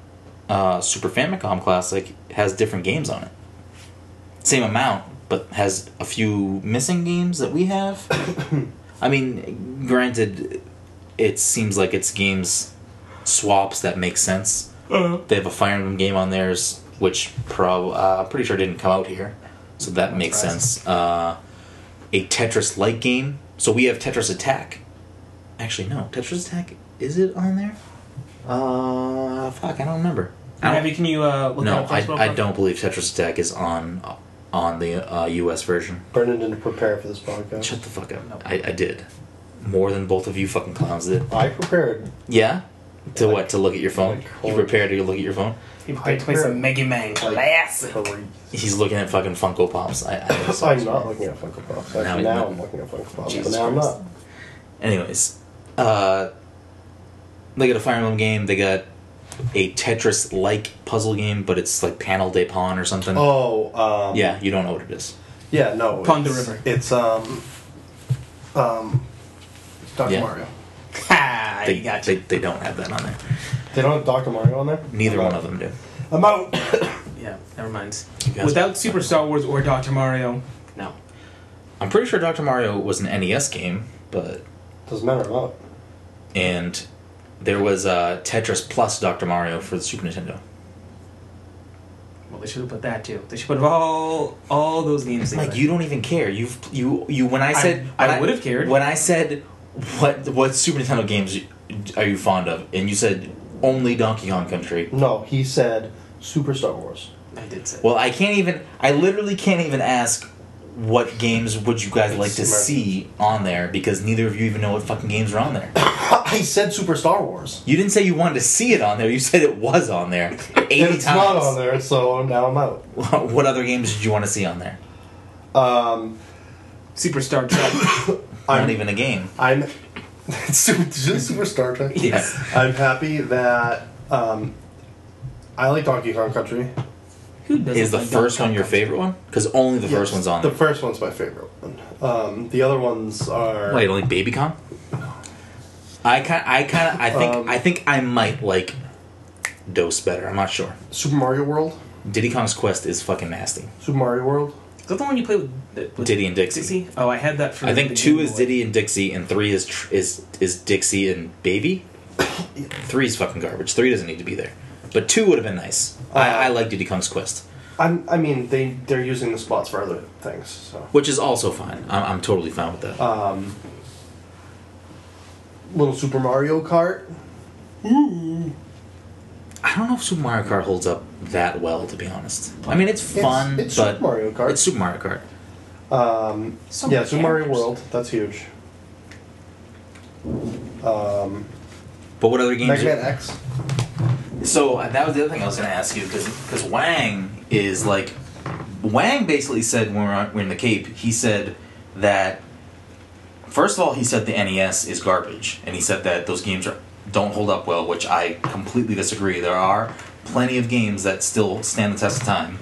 S1: uh, Super Famicom Classic has different games on it. Same amount, but has a few missing games that we have. I mean, granted, it seems like it's games swaps that make sense. They have a Fire Emblem game on theirs, which prob- uh, I'm pretty sure didn't come out here, so that makes
S2: right.
S1: sense. Uh, a Tetris like game, so we have Tetris Attack. Actually, no, Tetris Attack is it on there? Uh, fuck, I don't remember. I
S2: Abby,
S1: don't,
S2: can you uh, look
S1: no,
S2: that up for us real
S1: I, I
S2: quick?
S1: don't believe Tetris Attack is on on the uh, U.S. version.
S3: Brendan didn't prepare for this podcast.
S1: Shut the fuck up. I, I did more than both of you fucking clowns did.
S3: I prepared.
S1: Yeah. To what? To look at your phone?
S3: Like,
S1: You prepared to look at your phone?
S2: He prepared to play some Mega Man
S3: Like,
S2: classic.
S3: three-
S1: He's looking at fucking Funko Pops. I, I was-
S3: I'm not looking at Funko Pops.
S1: Now
S3: Actually,
S1: he's
S3: now,
S1: not.
S3: I'm looking at Funko Pops,
S2: Jesus
S3: but now
S2: Christ.
S3: I'm not.
S1: Anyways, uh, they got a Fire Emblem game. They got a Tetris-like puzzle game, but it's like Panel de Pon or something.
S3: Oh, um,
S1: Yeah, you don't know what it is.
S3: yeah, no.
S2: Pond
S3: it's-
S2: the River.
S3: It's um, um, Doctor
S1: Yeah.
S3: Mario.
S2: Ha! I
S1: They,
S2: got
S1: they,
S2: you.
S1: they don't have that on there.
S3: They don't have Doctor Mario on there.
S1: Neither
S3: I'm
S1: one of
S3: out.
S1: them do.
S3: I'm out.
S2: Yeah, never mind.
S1: You guys-
S2: Without Super Star Wars or Dr. Mario, no.
S1: I'm pretty sure Dr. Mario was an NES game, but
S3: Doesn't matter. I'm out.
S1: and there was uh, Tetris plus Dr. Mario for the Super Nintendo.
S2: Well, they should have put that too. They should put all all those games. they
S1: Like
S2: put.
S1: you don't even care. You've you you when I
S2: I-
S1: said
S2: I
S1: when
S2: would've cared.
S1: when I said what what Super Nintendo games are you fond of? And you said only Donkey Kong Country.
S3: No, he said Super Star Wars.
S2: I did say.
S1: Well, I can't even. I literally can't even ask what games would you guys like to
S3: Smart.
S1: see on there because neither of you even know what fucking games are on there.
S3: I Uh, said Super Star Wars.
S1: You didn't say you wanted to see it on there. You said it was on there eighty
S3: It's
S1: times.
S3: not on there, so now I'm out.
S1: what other games did you want to see on there?
S3: Um,
S2: Superstar Trek.
S1: Not
S3: I'm,
S1: even a game.
S3: I'm Super, Super Star Trek.
S2: yes.
S3: I'm happy that um, I like Donkey Kong Country.
S2: Who doesn't
S1: Is the
S2: like
S1: first
S2: Donkey
S1: one your
S2: Kong?
S1: favorite one? Because only the first one's on
S3: The
S1: there.
S3: first one's my favorite one. Um, the other ones are.
S1: Wait, like Baby Kong? I kind, I kind of, I think,
S3: Um,
S1: I think I might like Dose better. I'm not sure.
S3: Super Mario World.
S1: Diddy Kong's Quest is fucking nasty.
S3: Super Mario World.
S2: Is that the one you play with, with
S1: Diddy and Dixie.
S2: Dixie? Oh, I had that for.
S1: I think
S2: the
S1: two
S2: Game
S1: is
S2: Boy.
S1: Diddy and Dixie, and three is tr- is is Dixie and Baby. three is fucking garbage. Three doesn't need to be there, but two would have been nice. I, I
S3: Uh,
S1: like Diddy Kong's Quest,
S3: I'm, I mean, they they're using the spots for other things. So
S1: which is also fine. I'm, I'm totally fine with that.
S3: um, little Super Mario Kart.
S1: I don't know if Super Mario Kart holds up that well, to be honest. I mean, it's fun,
S3: It's, it's
S1: but
S3: Super Mario Kart.
S1: it's Super Mario Kart.
S3: um,
S2: So
S3: yeah,
S2: many
S3: Super Mario
S2: characters.
S3: World. That's huge. Um,
S1: But what other games?
S3: Mega
S1: are-
S3: Man X.
S1: So uh, that was the other thing I was going to ask you because Wang is like Wang basically said when we we're, on, we're in the Cape he said that first of all he said the NES is garbage and he said that those games are, don't hold up well which I completely disagree there are plenty of games that still stand the test of time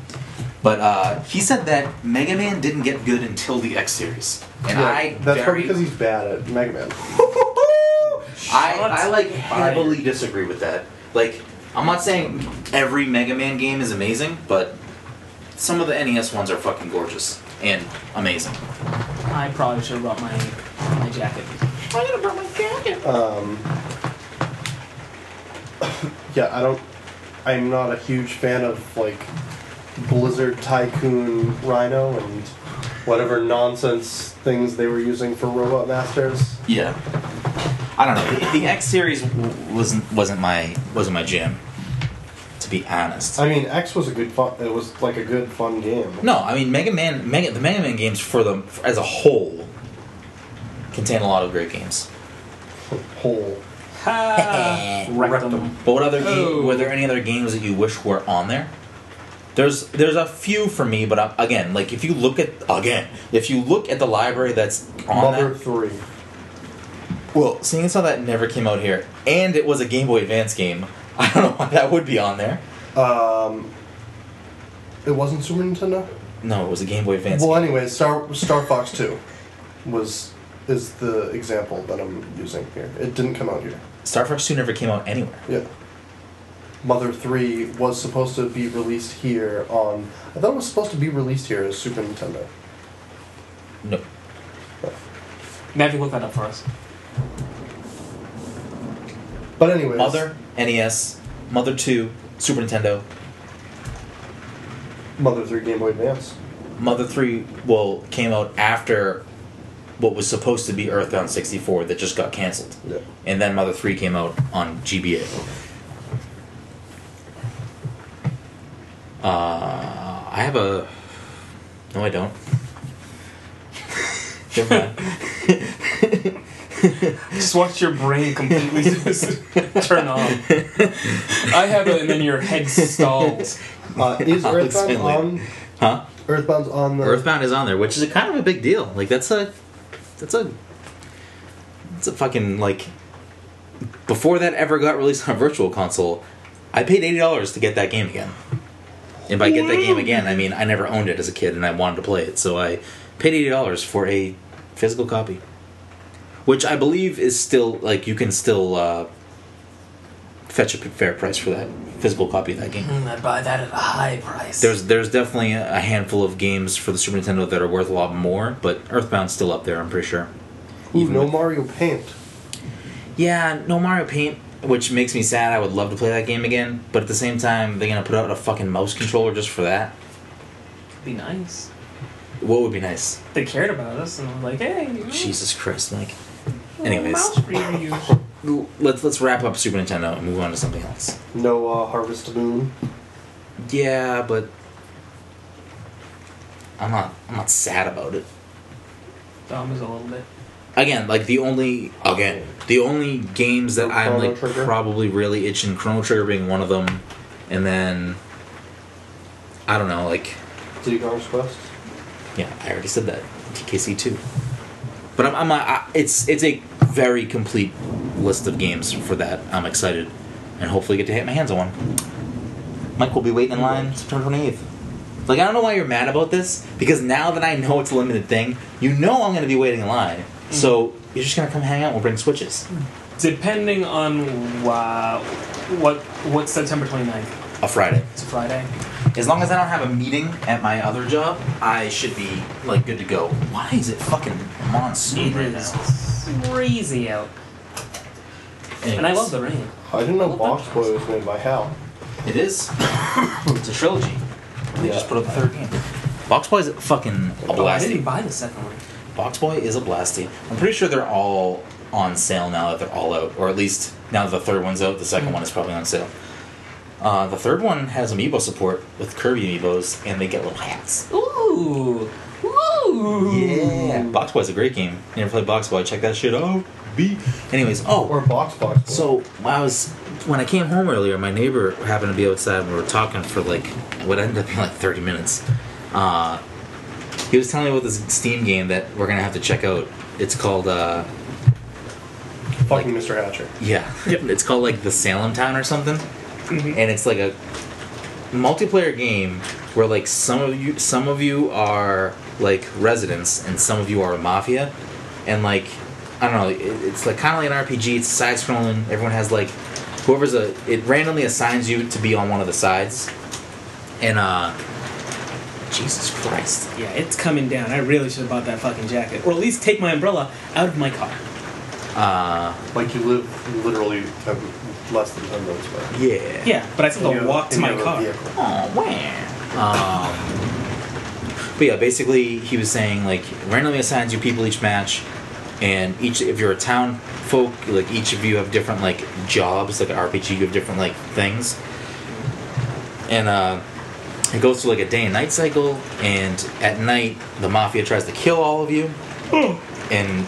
S1: but uh, he said that Mega Man didn't get good until the X series and
S3: Yeah,
S1: I
S3: that's probably
S1: very
S3: because he's bad at Mega Man.
S1: I, I like
S2: fired.
S1: heavily disagree with that. Like, I'm not saying every Mega Man game is amazing, but some of the NES ones are fucking gorgeous and amazing.
S2: I probably should have brought my my jacket.
S3: Um, yeah, I don't. I'm not a huge fan of like Blizzard Tycoon Rhino and whatever nonsense things they were using for Robot Masters.
S1: Yeah. I don't know. The, the X series w- wasn't wasn't my wasn't my jam, to be honest.
S3: I mean, X was a good fun. It was like a good fun game.
S1: No, I mean Mega Man, Mega the Mega Man games for them as a whole contain a lot of great games.
S3: Whole.
S2: Ha! Rectum.
S1: But what other
S2: Oh.
S1: game, were there any other games that you wish were on there? There's there's a few for me, but i again, like if you look at again, if you look at the library that's on
S3: Mother
S1: that,
S3: Three.
S1: well, seeing as how that never came out here, and it was a Game Boy Advance game, I don't know why that would be on there.
S3: Um, it wasn't Super Nintendo.
S1: No, it was a Game Boy Advance.
S3: Well,
S1: game.
S3: anyway, Star Star Fox Two was is the example that I'm using here. It didn't come out here.
S1: Star Fox Two never came out anywhere.
S3: Yeah. Mother 3 was supposed to be released here on. I thought it was supposed to be released here as Super Nintendo.
S1: No,
S2: Magic, look that up for us.
S3: But, anyways.
S1: Mother NES, Mother Two, Super Nintendo,
S3: Mother 3 Game Boy Advance.
S1: Mother 3 well came out after what was supposed to be Earthbound 64 that just got canceled.
S3: Yeah.
S1: And then Mother 3 came out on GBA. Uh, I have a No, I don't. Never mind.
S2: Just watch your brain completely just turn on. I have it, and then your head stalls.
S3: Uh, is
S1: I'll
S3: Earthbound
S1: explain later.
S3: on.
S1: Huh?
S3: Earthbound's on the.
S1: Earthbound is on there, which is a kind of a big deal. Like that's a that's a that's a fucking like before that ever got released on virtual console, I paid eighty dollars to get that game again. And by get that game again, I mean I never owned it as a kid and I wanted to play it, so I paid eighty dollars for a physical copy, which I believe is still like you can still uh, fetch a p- fair price for that physical copy of Hmm, that game.
S2: Mm, I'd buy that at a high price.
S1: There's there's definitely a handful of games for the Super Nintendo that are worth a lot more, but Earthbound's still up there, I'm pretty sure.
S3: Ooh,
S1: Even
S3: no
S1: with-
S3: Mario Paint.
S1: Yeah, no Mario Paint, which makes me sad. I would love to play that game again, but at the same time, they're gonna put out a fucking mouse controller just for that.
S2: be nice.
S1: What would be nice? Mm.
S2: They cared about us, and I'm like, hey. you know,
S1: Jesus Christ, Mike. Anyways,
S2: Mouse for your use.
S1: l- let's let's wrap up Super Nintendo and move on to something else.
S3: No uh, Harvest Moon.
S1: Yeah, but I'm not I'm not sad about it.
S2: Dom is a little bit.
S1: Again, like the only again the only games that I'm
S3: Chrono
S1: like
S3: Trigger?
S1: probably really itching Chrono Trigger being one of them, and then I don't know like
S3: Diddy Kong's Quest.
S1: yeah I already said that TKC two, but I'm I'm not, I, it's it's a very complete list of games for that. I'm excited and hopefully get to hit my hands on one. Mike will be waiting in line September twenty eighth. Like I don't know why you're mad about this because now that I know it's a limited thing, you know I'm gonna be waiting in line.
S2: Mm.
S1: So you're just gonna come hang out. We'll bring switches.
S2: Depending on wha- what what's September 29th?
S1: A Friday.
S2: It's a Friday.
S1: As long as I don't have a meeting at my other job, I should be like good to go. Why is it fucking monsoon right now?
S2: crazy out. And I love the rain.
S3: I didn't know Box Boy was made by Hal.
S1: It is. it's a trilogy. They
S3: Yeah.
S1: just put up the third game. Box Boy is fucking a
S2: Oh, I didn't
S1: blasty.
S2: buy the second one.
S1: Box Boy is a blasty. I'm pretty sure they're all on sale now that they're all out, or at least now that the third one's out, the 2nd one is probably on sale. Uh, the third one has amiibo support with Kirby amiibos, and they get little hats.
S2: Ooh. Ooh.
S1: Yeah, Box Boy's a great game. You ever play Box Boy? Check that shit out. B. Anyways, oh,
S3: Or Box Box Boy.
S1: So when I was when I came home earlier, my neighbor happened to be outside. and We were talking for like what ended up being like thirty minutes. Uh, he was telling me about this Steam game that we're gonna have to check out. It's called uh,
S3: fucking Mr. Hatcher.
S1: yeah,
S2: Yep.
S1: it's called like the Salem Town or something,
S2: Mhm.
S1: and it's like a multiplayer game where like some of you some of you are like residents and some of you are mafia, and like I don't know, it, it's like kind of like an RPG. It's side scrolling. Everyone has like whoever's a it randomly assigns you to be on one of the sides, and uh, Jesus Christ,
S2: Yeah, it's coming down. I really should have bought that fucking jacket. Or at least take my umbrella out of my car.
S1: uh,
S3: Like you live literally um, less than ten minutes away.
S1: yeah,
S2: Yeah, but I still have to walk to
S3: In
S2: my
S3: your own
S2: car.
S3: vehicle.
S1: Oh man. Um, but yeah, basically he was saying like randomly assigns you people each match, and each if you're a town folk, like each of you have different like jobs, like RPG, you have different like things, and uh, it goes through like a day and night cycle. And at night, the mafia tries to kill all of you, and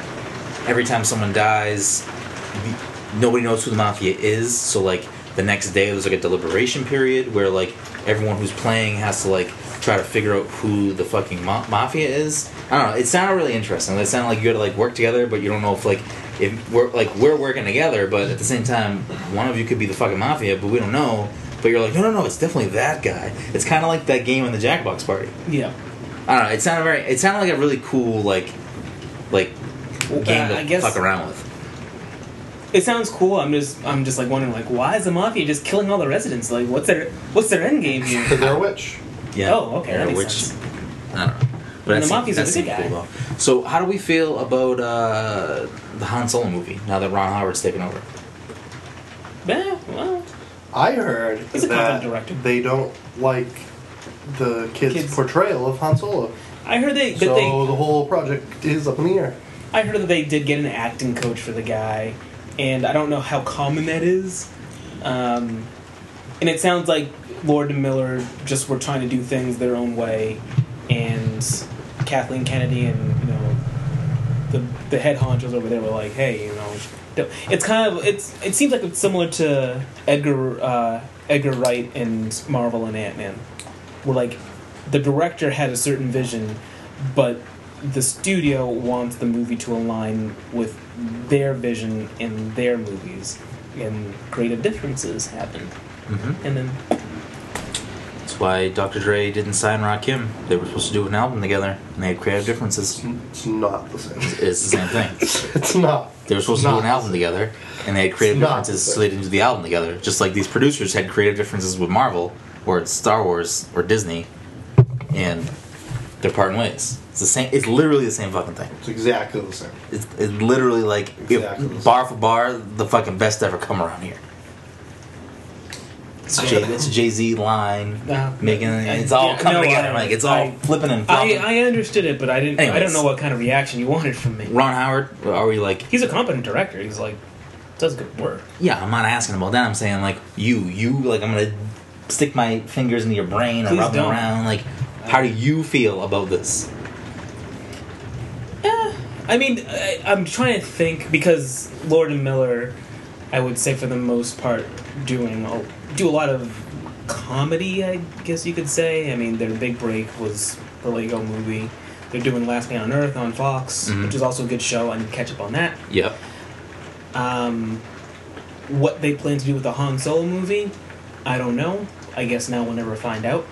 S1: every time someone dies, nobody knows who the mafia is. So like the next day, there's like a deliberation period where like everyone who's playing has to like try to figure out who the fucking ma- mafia is. I don't know. It sounded really interesting. It sounded like you had to like work together, but you don't know if like if we're like we're working together, but at the same time, one of you could be the fucking mafia, but we don't know. But you're like, no, no, no, it's definitely that guy. It's kind of like that game in the Jackbox party.
S2: Yeah.
S1: I don't know. It sounded very. It sounded like a really cool like, like game
S2: uh,
S1: to
S2: I guess-
S1: fuck around with.
S2: It sounds cool. I'm just I'm just like wondering like why is the mafia just killing all the residents? Like what's their what's their end game here?
S3: Because they're a witch.
S1: Yeah.
S2: Oh, okay, that
S1: Yeah,
S2: makes
S1: which,
S2: sense.
S1: I don't know. But
S2: And
S1: that
S2: the
S1: seem-
S2: Mafia
S1: that
S2: is a
S1: seemed
S2: good
S1: cool,
S2: guy.
S1: though. So, how do we feel about uh, the Han Solo movie now that Ron Howard's taken over?
S2: Eh, well,
S3: I heard
S2: He's a
S3: that
S2: content director.
S3: they don't like the kid's
S2: Kids.
S3: portrayal of Han Solo.
S2: I heard they that
S3: so
S2: they
S3: the whole project is up in the air.
S2: I heard that they did get an acting coach for the guy, and I don't know how common that is. Um, and it sounds like Lord and Miller just were trying to do things their own way, and Kathleen Kennedy and you know the the head honchos over there were like, hey, you know, don't- it's kind of it's it seems like it's similar to Edgar uh, Edgar Wright and Marvel and Ant Man, where like the director had a certain vision, but the studio wants the movie to align with their vision in their movies, and creative differences happen.
S1: Mm-hmm.
S2: And then
S1: That's why Dr. Dre didn't sign Rakim. They were supposed to do an album together, and they had creative differences.
S3: It's not the same.
S1: It's the same thing.
S3: It's not.
S1: They were supposed to do
S3: Not
S1: an album together, and they had creative
S3: It's not
S1: differences,
S3: the
S1: so they didn't do the album together. Just like these producers had creative differences with Marvel, or it's Star Wars, or Disney, and they're parting ways. It's the same. It's literally the same fucking thing.
S3: It's exactly the same.
S1: It's, it's literally like if
S3: Exactly.
S1: bar for bar, the fucking best ever come around here. It's Jay, it's Jay Z line
S2: Uh,
S1: making
S2: I-
S1: it's all
S2: yeah,
S1: coming
S2: no,
S1: together.
S2: I-
S1: like it's all
S2: I-
S1: flipping and
S2: I,
S1: flopping.
S2: I understood it, but I didn't. I
S1: Anyways.
S2: don't know what kind of reaction you wanted from me.
S1: Ron Howard, are we like?
S2: He's a competent director. He's like does good work.
S1: Yeah, I'm not asking about that. I'm saying like you, you like I'm gonna stick my fingers into your brain and
S2: Please
S1: rub them
S2: don't.
S1: around. Like, how do you feel about this?
S2: I mean, I, I'm trying to think because Lord and Miller, I would say for the most part, doing a, do a lot of comedy. I guess you could say. I mean, their big break was the Lego Movie. They're doing Last Man on Earth on Fox,
S1: Mhm.
S2: which is also a good show. I need to catch up on that.
S1: Yep.
S2: Um, what they plan to do with the Han Solo movie, I don't know. I guess now we'll never find out.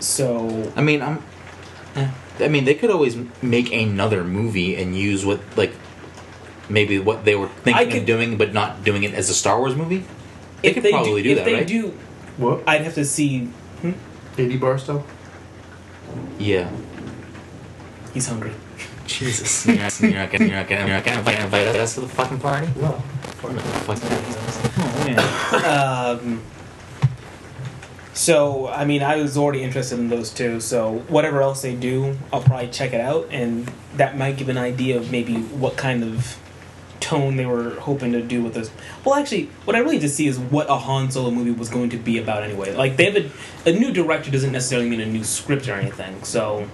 S2: So
S1: I mean, I'm. eh. I mean, they could always make another movie and use what like maybe what they were thinking of
S2: could-
S1: doing, but not doing it as a Star Wars movie. They
S2: if
S1: could
S2: they
S1: probably
S2: do,
S1: do, that,
S2: if they
S1: right?
S2: do,
S3: What?
S2: I'd have to see. Hmm?
S3: AD Barstow?
S1: Yeah.
S2: He's hungry.
S1: Jesus. you're not, you're not gonna, you're not gonna, you're not gonna invite, invite us to the fucking party?
S3: No.
S1: What the fuck?
S2: Oh um, so I mean, I was already interested in those two. So whatever else they do, I'll probably check it out, and that might give an idea of maybe what kind of tone they were hoping to do with this. Well, actually, what I really need to see is what a Han Solo movie was going to be about anyway. Like they have a, a new director doesn't necessarily mean a new script or anything. So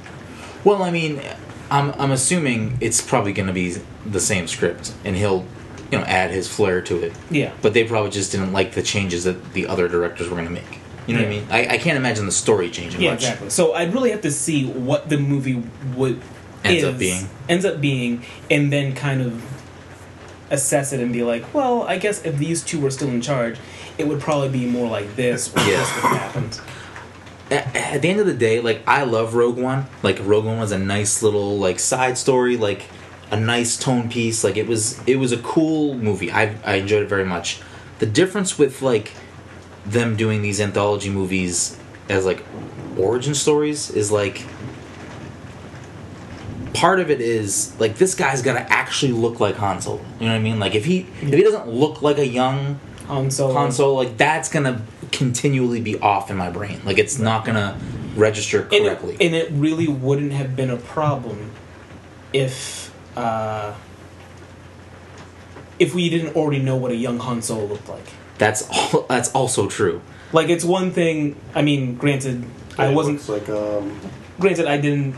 S1: Well, I mean, I'm I'm assuming it's probably gonna be the same script, and he'll, you know, add his flair to it.
S2: yeah,
S1: But they probably just didn't like the changes that the other directors were gonna make. You know what I
S2: Yeah.
S1: mean? I, I can't imagine the story changing
S2: yeah,
S1: much.
S2: exactly. So I'd really have to see what the movie would
S1: Ends up
S2: is-
S1: being.
S2: ends up being, and then kind of assess it and be like, well, I guess if these two were still in charge, it would probably be more like this or
S1: Yeah.
S2: this would have happened.
S1: at, at the end of the day, like I love Rogue One. Like Rogue One was a nice little like side story, like a nice tone piece. Like it was it was a cool movie. I I enjoyed it very much. The difference with like them doing these anthology movies as like origin stories is like part of it is like this guy's got to actually look like Han Solo. You know what I mean? Like if he if he doesn't look like a young
S2: Han Solo.
S1: Han Solo, like that's gonna continually be off in my brain. Like it's not gonna register
S2: And it-
S1: correctly.
S2: and it really wouldn't have been a problem if uh, if we didn't already know what a young Han Solo looked like.
S1: that's all. That's also true.
S2: Like it's one thing. I mean, granted, I
S3: It
S2: wasn't
S3: looks like um,
S2: granted i didn't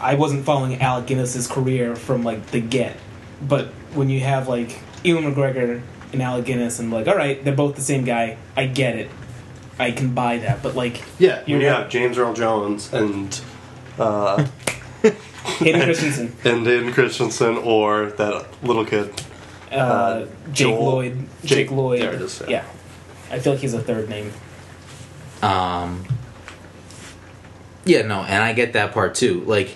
S2: i wasn't following alec guinness's career from like the get but when you have like ewan mcgregor and alec guinness and like all right they're both the same guy i get it i can buy that but like
S4: Yeah,
S2: You're
S4: you
S2: right.
S4: have James Earl Jones and uh,
S2: hayden christensen
S4: and Dan Christensen or that little kid.
S2: uh,
S4: Uh,
S2: jake
S4: Joel-
S2: lloyd jake,
S4: Jake-
S2: lloyd
S4: there it is,
S2: yeah
S4: yeah.
S2: i feel like he's a third name
S1: Um, yeah, no, and I get that part too. Like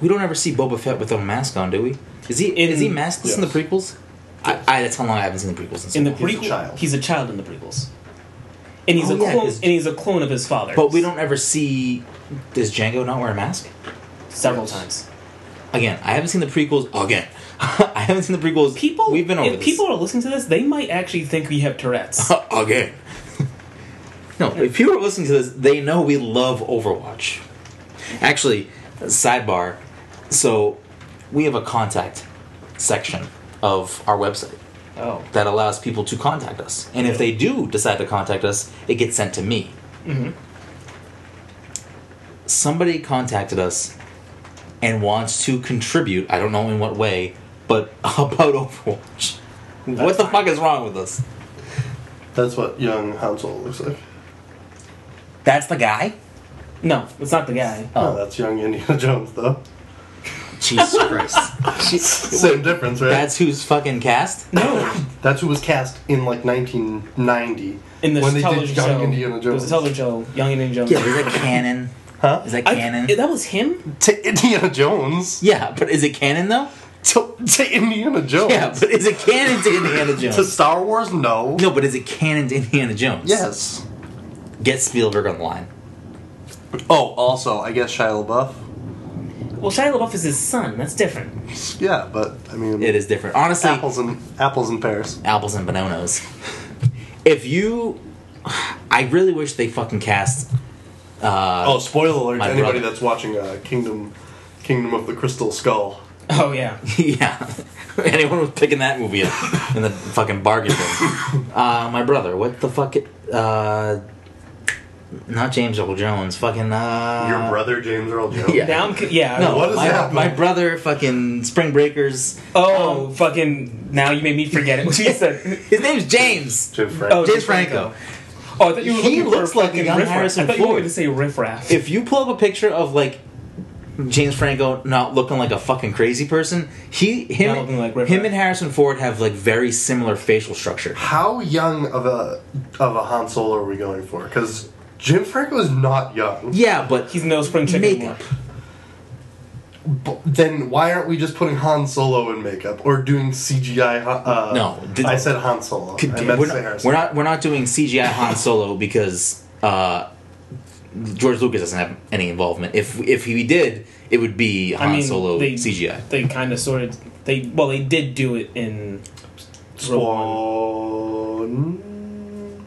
S1: we don't ever see Boba Fett without a mask on, do we? Is he
S2: In-
S1: is he maskless in the
S3: Yes.
S1: prequels? I, I that's how long I haven't seen the prequels. so
S2: in the
S1: long.
S2: prequel
S3: He's a child.
S2: he's a child in the prequels and he's
S1: Oh,
S2: a
S1: yeah,
S2: clone
S1: 'cause-
S2: and he's a clone of his father
S1: but we don't ever see. Does Django not wear a mask?
S2: several times
S1: Again, I haven't seen the prequels. Again, I haven't seen the prequels.
S2: people
S1: we've been over
S2: if
S1: this.
S2: people are listening to this they might actually think we have tourette's
S1: again. No, if people are listening to this, they know we love Overwatch. Actually, sidebar. So, we have a contact section of our website
S2: oh
S1: that allows people to contact us. And if they do decide to contact us, it gets sent to me. Somebody contacted us and wants to contribute, I don't know in what way, but about Overwatch. what the fuck is wrong with us?
S3: that's what young Han Solo looks like.
S1: That's the guy?
S2: No, it's not the guy.
S3: Oh, that's young Indiana Jones though.
S1: Jesus Christ.
S3: Same difference, right?
S1: That's who's fucking cast?
S2: No,
S3: That's who was cast in like 1990
S2: in the
S3: when they did
S2: television
S3: Young
S2: show,
S3: Indiana
S2: there was
S3: Jones.
S2: a television show, Young Indiana Jones.
S1: Yeah, is it canon?
S4: Huh?
S1: Is that
S2: I-
S1: canon?
S2: yeah, that was him.
S4: To Indiana Jones.
S1: yeah, but is it canon though?
S4: To, to Indiana Jones.
S1: Yeah, but is it canon to Indiana
S4: to
S1: Jones?
S4: Star Wars. No.
S1: No, but is it canon to Indiana Jones?
S4: Yes.
S1: Get Spielberg on the line.
S4: Oh, also, I guess Shia LaBeouf.
S2: Well, Shia LaBeouf is his son. That's different.
S4: Yeah, but I mean,
S1: It is different. Honestly,
S4: apples and apples and pears.
S1: apples and bananas. If you, I really wish they fucking cast.
S4: oh, spoiler alert!
S1: my brother.
S4: to Anybody
S3: Anybody that's watching uh, Kingdom, Kingdom of the Crystal Skull.
S2: Oh yeah.
S1: yeah, anyone was picking that movie up in the fucking bargain bin. Uh, my brother, what the fuck? It, uh, not James Earl Jones. Fucking uh,
S4: your brother James Earl Jones.
S1: Yeah.
S2: Now I'm c- yeah.
S1: No,
S4: What is
S1: my,
S4: happening?
S1: my brother, fucking Spring Breakers.
S2: Oh fucking! Now you made me forget it. What you said.
S1: His name's James.
S4: Jim Frank.
S2: Oh,
S1: James Franco.
S2: Oh, I thought you were
S1: He
S2: looking
S1: looks
S2: for
S1: like a
S2: fucking
S1: young
S2: riff raff.
S1: Harrison
S2: I thought you were
S1: Ford.
S2: going to say riff raff.
S1: If you pull up a picture of like James Franco not looking like a fucking crazy person, he
S2: Not
S1: him
S2: looking like Riff
S1: him
S2: Raff.
S1: and Harrison Ford have like very similar facial structure.
S4: How young of a
S3: Of a Han Solo are we going for? Because Jim Franco is not young.
S1: Yeah, but
S2: He's no spring chicken anymore.
S1: makeup.
S3: B- then why aren't we just putting Han Solo in makeup or doing CGI? Han- Uh,
S1: No, did-
S3: I said Han Solo.
S1: Could-
S3: I meant
S1: we're,
S3: to say
S1: not,
S3: Harrison.
S1: we're not we're not doing CGI Han Solo because uh, George Lucas doesn't have any involvement. If if he did, it would be Han
S2: mean,
S1: Solo
S2: they-
S1: CGI.
S2: They kind of sort of they well they did do it in Rogue One.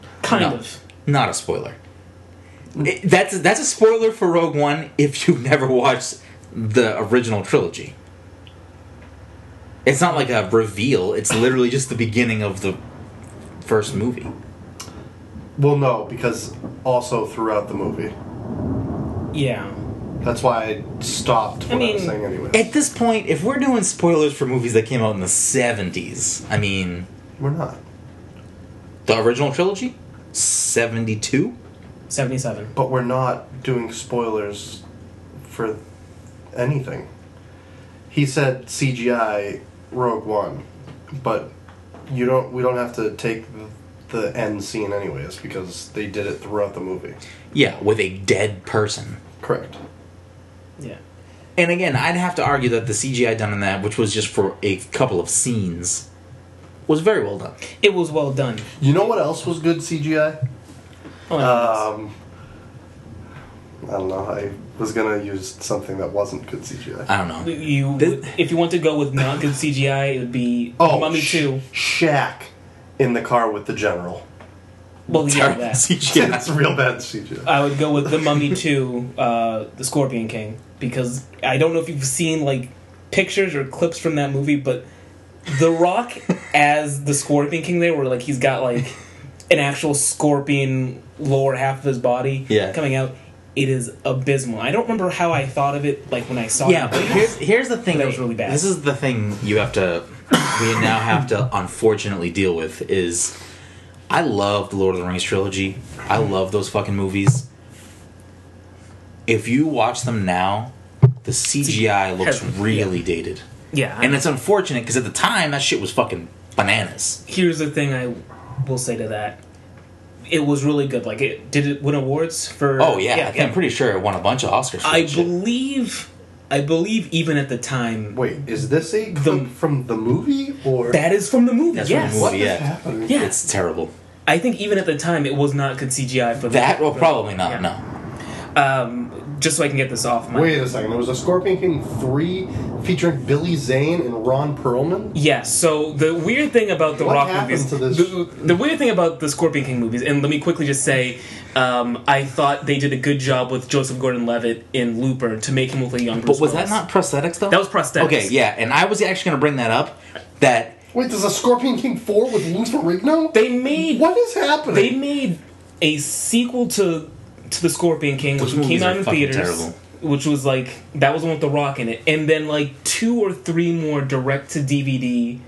S3: Spawn.
S2: kind
S1: No.
S2: of.
S1: Not a spoiler. It- that's that's a spoiler for Rogue One if you've never watched the original trilogy. It's not like a reveal. It's literally just the beginning of the first movie.
S3: Well, no, because also throughout the movie.
S2: Yeah.
S3: That's why I stopped
S2: I
S3: what I, was
S2: mean,
S3: saying anyway.
S1: At this point, if we're doing spoilers for movies that came out in the seventies, I mean,
S3: we're not.
S1: the original trilogy, seventy-two.
S2: Seventy-seven.
S3: But we're not doing spoilers for anything. He said CGI Rogue One, but you don't. We don't have to take the, the end scene anyways because they did it throughout the movie.
S1: Yeah, with a dead person.
S3: Correct.
S2: Yeah.
S1: And again, I'd have to argue that the CGI done in that, which was just for a couple of scenes, was very well done.
S2: It was well done.
S3: You know what else was good CGI?
S2: Oh,
S3: Um, I don't know. I was gonna use something that wasn't good CGI.
S1: I don't know.
S2: you
S1: This- Oh,
S2: if you want to go with not good CGI, it would be Mummy
S3: Oh, sh-
S2: Two.
S3: Shaq in the car with the general.
S2: Well, yeah,
S1: Terrible
S2: that.
S1: CGI.
S3: That's real bad CGI.
S2: I would go with the Mummy Two, uh, the Scorpion King, because I don't know if you've seen like pictures or clips from that movie, but The Rock as the Scorpion King there, where like he's got like an actual scorpion lower half of his body
S1: Yeah.
S2: coming out. It is abysmal. I don't remember how I thought of it, like when I saw
S1: Yeah,
S2: it.
S1: but here's, here's the thing.
S2: That was really bad.
S1: This is the thing you have to, we now have to unfortunately deal with is, I love the Lord of the Rings trilogy. I love those fucking movies. If you watch them now, the CGI looks
S2: has-
S1: really dated,
S2: yeah,
S1: and it's unfortunate because at the time that shit was fucking bananas.
S2: here's the thing I will say to that. It was really good. Like it did it win awards for
S1: Oh yeah, I think I'm pretty sure it won a bunch of Oscars. For
S2: I
S1: that shit.
S2: believe I believe even at the time
S3: Wait, is this a clip from the movie or
S2: that is from the movie.
S1: That's from the
S2: yes.
S1: movie,
S3: what
S1: yeah.
S3: is happening?
S2: Yeah.
S1: it's terrible.
S2: I think even at the time it was not good CGI for
S1: That well, probably not.
S2: Yeah.
S1: No.
S2: Um just so I can get this off my
S3: Wait a second. There was a Scorpion King three featuring Billy Zane and Ron Perlman.
S2: Yeah, so the weird thing about the
S3: What
S2: Rock
S3: happened
S2: movies,
S3: to this?
S2: The, the weird thing about the Scorpion King movies, and let me quickly just say, um, I thought they did a good job with Joseph Gordon-Levitt in Looper to make him look like a young. Bruce
S1: But was that
S2: Willis.
S1: not prosthetics though?
S2: That was prosthetics.
S1: Okay, yeah, and I was actually going to bring that up. That
S3: Wait, there's a Scorpion King four with Lou Ferrigno.
S2: They made
S3: What is happening?
S2: They made a sequel to to the Scorpion King,
S1: Those
S2: which
S1: movies
S2: came
S1: are
S2: out in
S1: fucking
S2: theaters,
S1: terrible.
S2: which was like that was the one with the Rock in it, and then like two or three more direct to DVD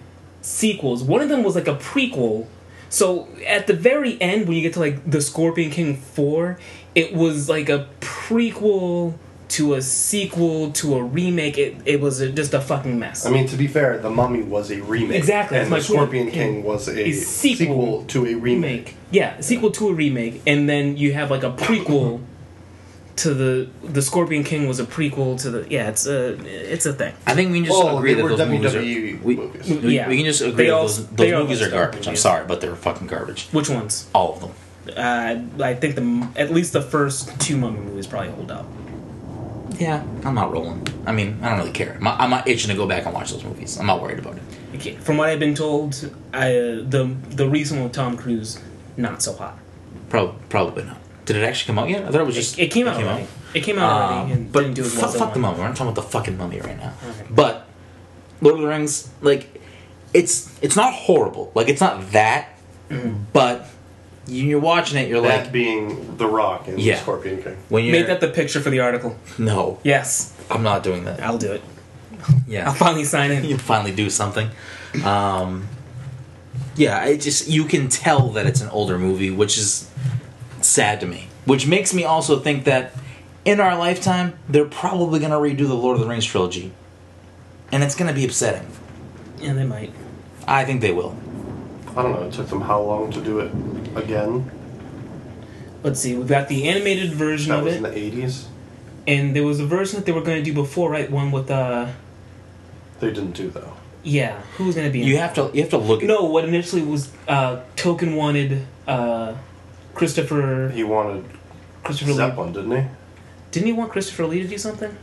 S2: sequels. One of them was like a prequel. So at the very end, when you get to like the Scorpion King four, it was like a prequel to a sequel to a remake. It it was a, just a fucking mess.
S3: I mean, to be fair, The Mummy was a remake.
S2: Exactly,
S3: And
S2: that's my
S3: The Scorpion
S2: point.
S3: King was a,
S2: A
S3: sequel.
S2: sequel.
S3: to a remake.
S2: remake. Yeah, a sequel to a remake, and then you have like a prequel to the the Scorpion King was a prequel to the yeah. It's a it's a thing.
S1: I think we can just
S3: Oh,
S1: agree
S3: they
S1: that
S3: were
S1: those movies are.
S3: WWE
S1: We,
S3: movies.
S1: we-
S2: Yeah.
S1: we can just
S2: They
S1: agree that
S2: all-
S1: those,
S2: they
S1: those
S2: all
S1: movies are
S2: messed up
S1: garbage. I'm
S2: movies.
S1: sorry, but they're fucking garbage.
S2: Which ones?
S1: All of them.
S2: Uh, I think the at least the first two Mummy movies probably hold up.
S1: Yeah, I'm not rolling. I mean, I don't really care. I'm not, I'm not itching to go back and watch those movies. I'm not worried about it.
S2: Okay, From what I've been told, I, the the recent one with Tom Cruise not so hot.
S1: Probably, probably not. Did it actually come out yet? I thought it was just.
S2: It, it came out already. It came out already
S1: Um,
S2: and
S1: but
S2: didn't do as
S1: fu-
S2: well as I
S1: fuck the
S2: wanted.
S1: mummy. We're not talking about the fucking mummy right now.
S2: Okay.
S1: But Lord of the Rings, like, it's it's not horrible. Like, it's not that. But you're watching it, you're
S3: That
S1: like,
S3: being The Rock and
S1: Yeah.
S3: Scorpion King.
S1: when you're
S2: Make that the picture for the article.
S1: no,
S2: Yes,
S1: I'm not doing that.
S2: I'll do it.
S1: Yeah,
S2: I'll finally sign
S1: you
S2: in.
S1: finally do something. Um, yeah, it just you can tell that it's an older movie, which is sad to me. Which makes me also think that in our lifetime, they're probably going to redo the Lord of the Rings trilogy, and it's going to be upsetting.
S2: And they might.
S1: I think they will.
S3: I don't know. It took them how long to do it again?
S2: Let's see. We got the animated version
S3: That
S2: of
S3: was
S2: it,
S3: in the eighties.
S2: and there was a version that they were going to do before, right? One with uh,
S3: They didn't do though.
S2: yeah. Who was going to be? in
S1: You
S2: it?
S1: have to you have to look at
S2: No, what initially was uh, Token wanted uh, Christopher
S3: He wanted
S2: Christopher Lee.
S3: Zeppelin, didn't he?
S2: Didn't he want Christopher Lee to do something?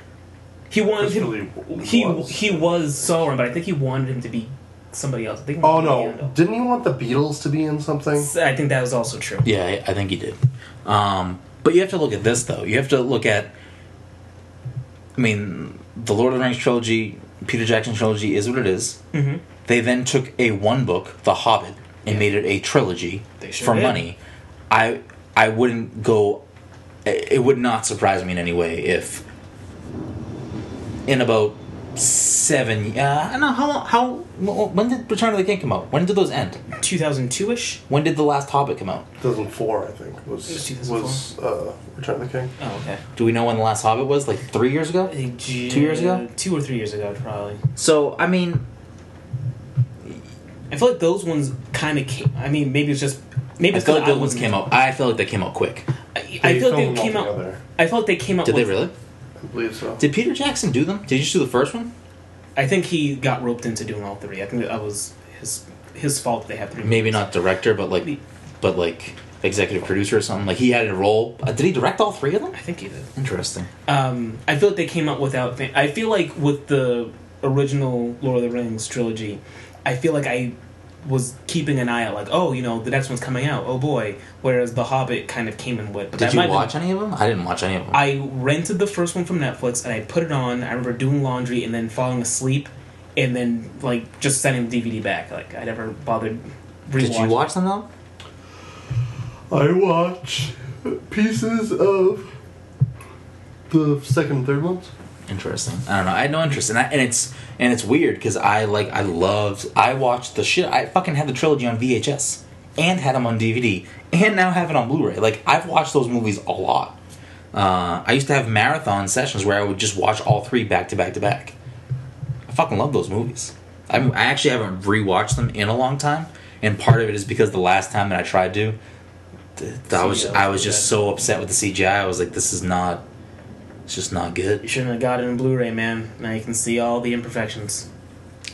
S2: He wanted
S3: Christopher
S2: him.
S3: Lee w-
S2: He
S3: was.
S2: he was Sauron, but I think he wanted him to be somebody else. I think he
S3: Oh
S2: wanted him to
S3: no! Didn't he want the Beatles to be in something?
S2: be Gandalf. I think that was also true.
S1: Yeah, I, I think he did. Um, but you have to look at this though. You have to look at. I mean, the Lord of the Rings trilogy, Peter Jackson trilogy, is what it is.
S2: Mm-hmm.
S1: They then took a one book, The Hobbit, and made it a trilogy
S2: They sure
S1: for
S2: did.
S1: money. I I wouldn't go. It it would not surprise me in any way if in about seven. Uh, I don't know how long. How when did Return of the King come out? When did those end?
S2: 2002 ish.
S1: When did the last Hobbit come out?
S3: 2004, I think, was
S2: It was
S3: was uh, Return of the King.
S2: Oh, okay.
S1: Do we know when the last Hobbit was? Like three years ago?
S2: I think j-
S1: Two years ago?
S2: Two or three years ago, probably.
S1: So I mean,
S2: I feel like those ones kind of came. I mean, maybe it's just maybe
S1: I
S2: it's
S1: feel like
S2: that I
S1: those ones
S2: wasn't-
S1: came out. I feel like they came out quick.
S2: I, I feel like
S3: filmed
S2: they
S3: them
S2: came
S3: all
S2: out.
S3: together.
S2: I felt they came out.
S1: Did they
S2: with-
S1: really?
S3: I believe so.
S1: Did Peter Jackson do them? Did you just do the first one?
S2: I think he got roped into doing all three. I think that was his his fault. They had three.
S1: Maybe not director, but like, but like executive producer or something. Like he had a role. Uh, did he direct all three of them?
S2: I think he did.
S1: Interesting.
S2: Um, I feel like they came out without. Fan- I feel like with the original Lord of the Rings trilogy, I feel like I was keeping an eye out, like, oh, you know, the next one's coming out. Oh boy. Whereas The Hobbit kind of came in with. But
S1: Did
S2: that
S1: you
S2: might have been-
S1: watch any of them? I didn't watch any of them.
S2: I rented the first one from Netflix and I put it on. I remember doing laundry and then falling asleep, and then like just sending the DVD back. Like I never bothered. Rewatch.
S1: did you watch them though?
S3: I watch pieces of the second and third ones.
S1: Interesting. I don't know. I had no interest, and I, and it's and it's weird because I like I loved I watched the shit. I fucking had the trilogy on VHS and had them on DVD and now have it on Blu-ray. Like I've watched those movies a lot. Uh, I used to have marathon sessions where I would just watch all three back to back to back. I fucking love those movies. I I actually haven't rewatched them in a long time, and part of it is because the last time that I tried to, th- I was
S2: CGI was
S1: I was
S2: too
S1: just
S2: bad.
S1: so upset with the CGI. I was like, this is not. It's just not good.
S2: You shouldn't have got it in Blu-ray, man. Now you can see all the imperfections.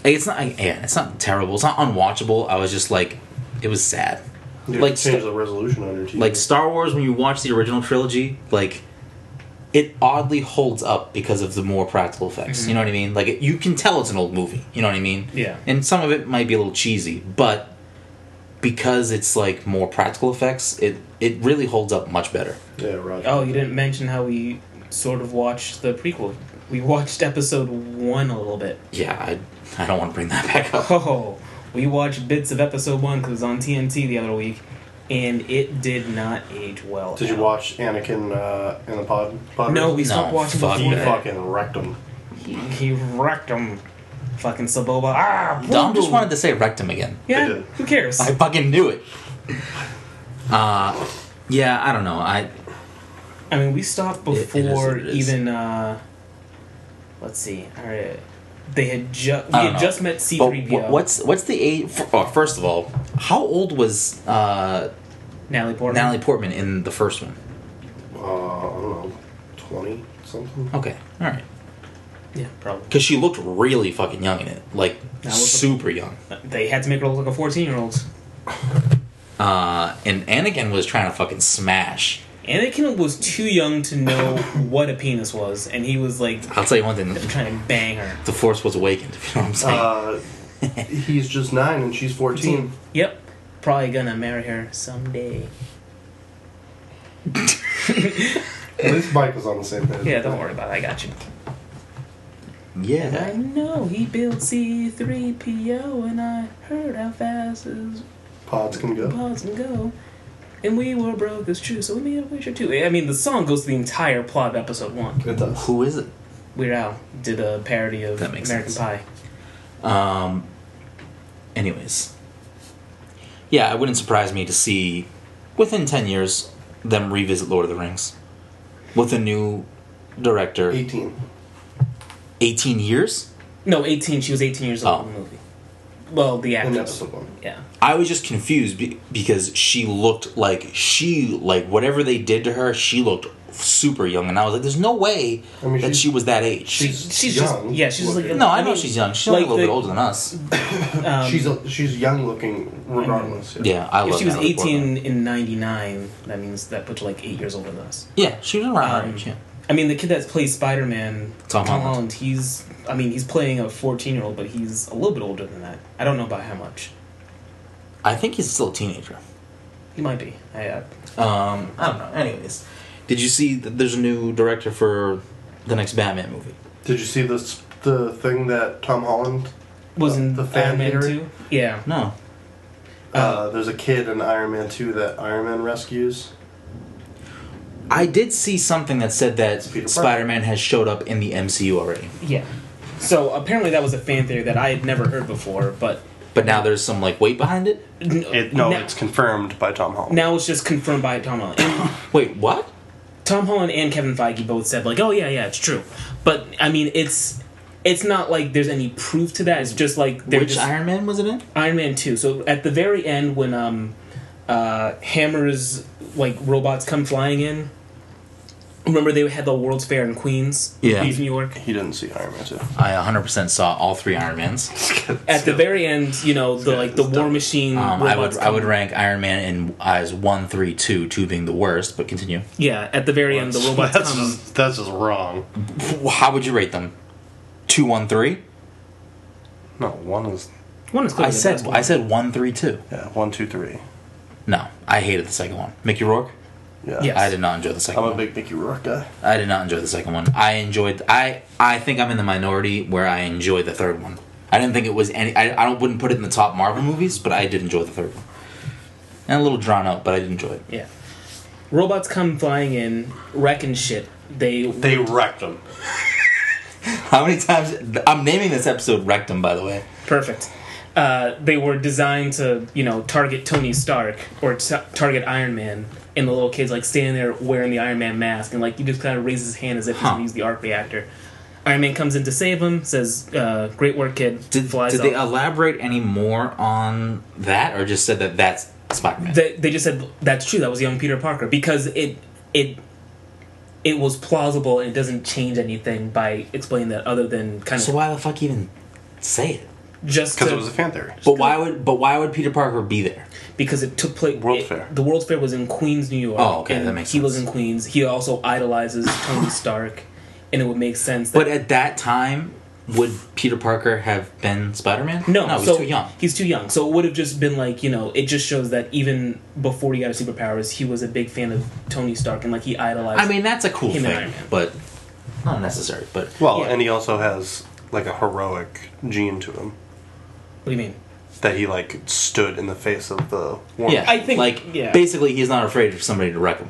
S1: Like, it's not. Like, yeah, it's not terrible. It's not unwatchable. I was just like, it was sad.
S3: You
S1: Like
S3: change
S1: st-
S3: the resolution on your TV.
S1: Like Star Wars, when you watch the original trilogy, like it oddly holds up because of the more practical effects. You know what I mean? Like it, you can tell it's an old movie. You know what I mean?
S2: Yeah.
S1: And some of it might be a little cheesy, but because it's like more practical effects, it it really holds up much better.
S3: yeah, Roger.
S2: Oh, you didn't mention how we sort of watched the prequel. We watched episode one a little bit.
S1: Yeah, I I don't want to bring that back up.
S2: Oh, we watched bits of episode one because it was on TNT the other week, and it did not age well.
S3: Did
S2: at
S3: you
S2: all.
S3: watch Anakin uh, in the pod? pod
S2: No, we
S1: No,
S2: stopped watching
S1: fuck
S2: before
S3: He
S1: that.
S2: that.
S3: fucking wrecked him.
S2: He, he wrecked him. Fucking Saboba. Ah,
S1: Dom just
S2: boom, boom.
S1: wanted to say rectum again.
S3: I
S2: Yeah,
S3: did.
S2: who cares?
S1: I fucking knew it. Uh, yeah, I don't know. I
S2: I mean, we stopped
S1: It- it is
S2: before
S1: what it is.
S2: even. uh Let's see. All right, they had just we
S1: I don't
S2: had
S1: know.
S2: just met C
S1: But
S2: three
S1: wh-
S2: PO.
S1: what's what's the age? f- oh, first of all, how old was uh,
S2: Natalie Portman?
S1: Natalie Portman in the first one?
S3: Uh, I don't know, twenty something.
S1: Okay, all right,
S2: Yeah, probably.
S1: because she looked really fucking young in it, like
S2: That was a-
S1: super young.
S2: They had to make her look like a fourteen-year-old.
S1: Uh, and Anakin was trying to fucking smash.
S2: Anakin was too young to know what a penis was, and he was like
S1: I'll tell you one thing:
S2: trying to bang her.
S1: the
S2: Uh,
S1: Force was awakened. If you know what I'm saying?
S3: Uh, he's just nine and she's fourteen.
S2: Yep. probably gonna marry her someday.
S3: At least Mike was on the same page.
S2: Yeah, don't worry about it. I got you. I
S1: Yeah.
S2: know he built C3PO, and I heard how fast his
S3: Pods can go.
S2: pods can go. And we were broke as true, so we made a picture too. I mean, the song goes to the entire plot of episode one.
S3: It does.
S1: Who is it?
S2: Weird Al did a parody of
S1: That makes
S2: American
S1: sense.
S2: Pie.
S1: Um. Anyways. Yeah, it wouldn't surprise me to see, within ten years, them revisit Lord of the Rings, with a new director.
S3: 18.
S1: Eighteen years.
S2: No, 18. She was 18 years old
S1: Oh.
S2: in the movie. Well, the
S3: In
S2: actress.
S3: episode 1.
S2: Yeah.
S1: I was just confused be- because she looked like she like whatever they did to her, she looked super young, and I was like, "There's no way
S3: I mean,
S1: that
S3: she's-
S1: she was that age."
S3: She's,
S2: she's just-
S3: young.
S2: yeah, she's just like-
S3: looking.
S1: no, I,
S2: I
S1: know
S2: mean,
S1: she's young. She's only
S2: like
S1: a little
S2: the-
S1: bit older than us.
S2: Um,
S3: she's a, she's young looking regardless. Yeah.
S1: Yeah, I love.
S2: if she was
S1: Natalie
S2: 18
S1: Portman.
S2: in 99, that means that puts her like eight years older than us.
S1: yeah, she was around our
S2: Um,
S1: age. Yeah.
S2: I mean, the kid that plays Spider Man,
S1: Tom Holland.
S2: he's, I mean, he's playing a 14 year old, but he's a little bit older than that. I don't know about how much.
S1: I think he's still a teenager.
S2: He might be. I, uh,
S1: Um, I don't know. Anyways, did you see that there's a new director for the next Batman movie?
S3: Did you see this the thing that Tom Holland?
S2: wasn't
S3: The fan
S2: Iron Man
S3: theory?
S2: 2? Yeah.
S1: No.
S3: Uh, there's a kid in Iron Man 2 that Iron Man rescues.
S1: I did see something that said that
S3: Peter Parker.
S1: Spider-Man has showed up in the MCU already,
S2: Yeah. So apparently that was a fan theory that I had never heard before, but
S1: but now there's some like weight behind it.
S2: n-
S4: It, no,
S2: now,
S4: it's confirmed by Tom Holland.
S2: now it's just confirmed by Tom Holland. And
S1: Wait, what?
S2: Tom Holland and Kevin Feige both said like, "Oh yeah, yeah, it's true," but I mean, it's it's not like there's any proof to that. It's just like they're
S1: Which
S2: just
S1: Iron Man was it in?
S2: Iron Man two. So at the very end, when um, uh, Hammer's like robots come flying in, remember they had the World's Fair in Queens,
S1: Yeah.
S2: Queens, New York.
S4: He didn't see Iron Man 2.
S1: I 100% saw all three Iron Mans.
S2: At the very end, you know the
S4: Yeah,
S2: like the
S4: it's
S2: War
S4: dumb.
S2: Machine.
S1: Um, I would
S2: robots
S1: I would
S2: come-
S1: rank Iron Man in as one, three, two, two being the worst. But continue.
S2: Yeah, at the very end, the robots
S4: that's,
S2: come.
S4: just, that's just wrong.
S1: How would you rate them? Two, one, three.
S4: No, one is
S2: One is clearly
S1: I
S2: the
S1: said
S2: best one.
S1: I said one, three, two.
S4: yeah, one, two, three.
S1: No, I hated the second one. Mickey Rourke.
S4: Yeah.
S2: Yeah.
S1: I did not enjoy the 2nd
S4: I'm
S1: one.
S4: a big Mickey Rourke guy.
S1: I did not enjoy the second one. I enjoyed. I I think I'm in the minority where I enjoyed the third one. I didn't think it was any. I I don't, wouldn't put it in the top Marvel movies, but I did enjoy the third one. And a little drawn out, but I did enjoy it.
S2: Yeah, robots come flying in, wrecking shit. They
S4: They wrecked him.
S1: How many times? I'm naming this episode "Rectum," by the way.
S2: Perfect. Uh, they were designed to, you know, target Tony Stark or t- target Iron Man, and the little kid's like standing there wearing the Iron Man mask, and like he just kind of raises his hand as if he's
S1: Huh.
S2: gonna use the arc reactor. Iron Man comes in to save him, says, uh, "Great work, kid."
S1: Did,
S2: flies
S1: did they
S2: off.
S1: elaborate any more on that, or just said that that's Spider-Man?
S2: they, they just said that's true. That was young Peter Parker because it it it was plausible and it doesn't change anything by explaining that other than kind of
S1: so why the fuck even say it?
S2: just
S4: Because
S2: to-
S4: it was a fan theory.
S1: But why would but why would Peter Parker be there?
S2: because it took place.
S4: World
S2: it-
S4: Fair.
S2: The World's Fair was in Queens, New York.
S1: Oh, okay,
S2: and
S1: that makes
S2: He lives in
S1: sense.
S2: Queens. He also idolizes Tony Stark, and it would make sense. That,
S1: But uh, at that time, would Peter Parker have been Spider-Man?
S2: no,
S1: no, he's
S2: so
S1: too young.
S2: He's too young. So it would have just been like you know, it just shows that even before he got his superpowers, he was a big fan of Tony Stark and like he idolized.
S1: I mean, that's a cool
S2: Him and Iron
S1: thing,
S2: Man.
S1: but not necessary. But
S4: Well,
S2: Yeah.
S4: and he also has like a heroic gene to him
S2: what do you mean?
S4: that he like stood in the face of the war.
S1: yeah,
S2: I think-
S1: like
S2: yeah.
S1: basically, he's not afraid of somebody to wreck him.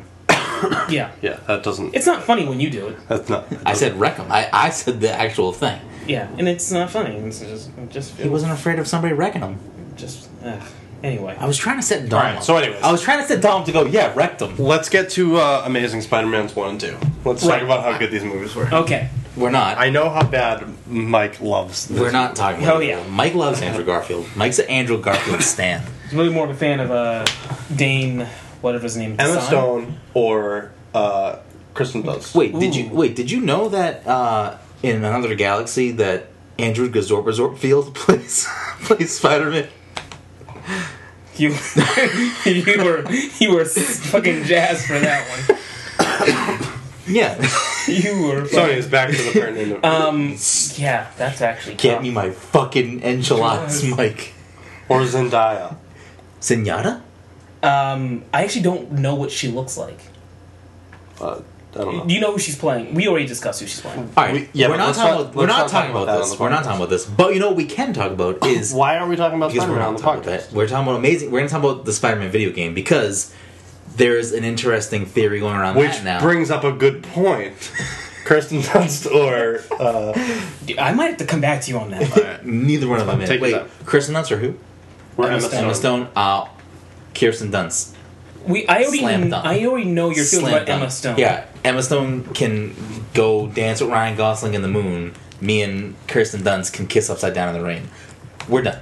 S2: Yeah,
S4: Yeah, that doesn't.
S2: it's not funny when you do it.
S4: that's not. that
S1: I
S4: doesn't-
S1: said wreck him. I, I said the actual thing.
S2: Yeah, and it's not funny. It's just it just
S1: He wasn't afraid of somebody wrecking him.
S2: just. ugh. Anyway,
S1: I was trying to set Dom.
S4: All right,
S1: up.
S4: so anyways.
S1: I was trying to set Dom to go. Yeah, wrecked him.
S4: Let's get to uh, Amazing Spider-Man's one and two. Let's
S2: Right.
S4: talk about how good these movies were.
S2: okay.
S1: We're not.
S4: I know how bad Mike loves. This
S1: we're not talking. About
S2: Oh,
S1: it.
S2: yeah.
S1: Mike loves Andrew Garfield. Mike's an Andrew Garfield stan.
S2: He's really more of a fan of uh, Dane, whatever his name. is.
S4: Emma
S2: Son?
S4: Stone or uh, Kristen Dunst.
S1: Wait, did you
S2: Ooh.
S1: wait? Did you know that uh, in another galaxy that Andrew Gazorpazorpfield plays plays Spider Man?
S2: You, you were you were fucking jazzed for that one.
S1: Yeah,
S2: You were.
S4: Sorry, it's back to the parent interview.
S2: Um. Yeah, that's actually.
S1: get
S2: tough.
S1: me my fucking enchiladas,
S2: God.
S1: Mike.
S4: or Zendaya.
S1: Zenyatta?
S2: Um, I actually don't know what she looks like.
S4: Uh, I don't know.
S2: You know who she's playing. We already discussed who she's playing.
S1: All right,
S4: We- yeah,
S1: we're
S4: but
S1: not
S4: let's
S1: talking
S4: not-
S1: about we're not
S4: let's not
S1: talking
S4: talk
S1: about
S4: about that
S1: this.
S4: on the
S1: We're not
S4: podcast.
S1: talking about this. But you know what we can talk about is
S4: Why aren't we talking about
S1: because we're
S4: Spider-Man on
S1: not
S4: the
S1: talking about
S4: podcast?
S1: that. We're talking about amazing. We're gonna talk about the Spider-Man video game because there's an interesting theory going around
S4: Which
S1: that now.
S4: brings up a good point. Kirsten Dunst or uh,
S2: Dude, I might have to come back to you on that.
S1: Neither one of them.
S4: Take
S1: Is.
S4: your
S1: Wait,
S4: time.
S1: Kirsten Dunst or who?
S4: we're
S2: Emma
S4: Emma
S2: Stone.
S4: Stone.
S1: Emma Stone. Uh, Kirsten Dunst.
S2: We, I already,
S1: Slam dunk.
S2: I already know your feelings
S1: Slam
S2: about
S1: dunk.
S2: Emma Stone.
S1: Yeah, Emma Stone can go dance with Ryan Gosling in the moon. Me and Kirsten Dunst can kiss upside down in the rain. We're done.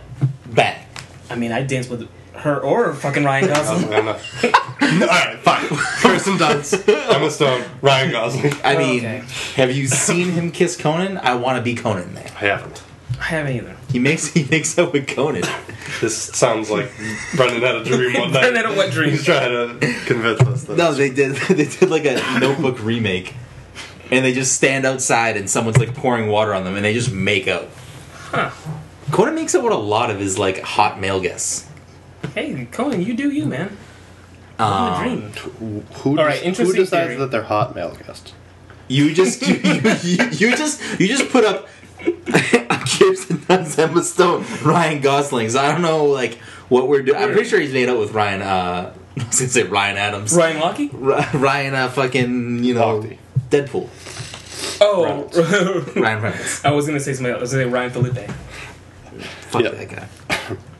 S1: Bang.
S2: I mean, I danced with her or fucking Ryan
S1: Um,
S2: Gosling.
S4: I'm not- All right, fine. Kirsten Dunst, Emma Stone, Ryan Gosling.
S1: I
S2: Oh,
S1: mean,
S2: okay.
S1: have you seen him kiss Conan? I want to be Conan, man.
S4: I haven't.
S2: I haven't either.
S1: He makes he makes up with Conan.
S4: This sounds like Brendan had a dream one night.
S2: Brendan had a wet dream.
S4: He's trying to convince us. That
S1: No, they did they did like a Notebook remake, and they just stand outside and someone's like pouring water on them, and they just make out.
S2: Huh.
S1: Conan makes up with a lot of his like hot male guests.
S2: Hey, Conan, you do you, man. Live the
S1: Um,
S2: dream.
S4: Who, who,
S2: All right, interesting theory.
S4: they're hot male guests?
S1: You just you, you, you just you just put up Kirsten Dunst, Emma Stone, Ryan Gosling. So I don't know like what we're doing. I'm pretty sure he's made up with Ryan. Uh, I was gonna say Ryan Adams.
S2: Ryan Lochte?
S1: Ry- Ryan, uh, fucking you know,
S4: Lochte.
S1: Deadpool.
S2: Oh,
S1: Ryan Reynolds.
S2: I was gonna say something else. I was gonna say Ryan Felipe.
S1: Fuck
S4: Yeah.
S1: that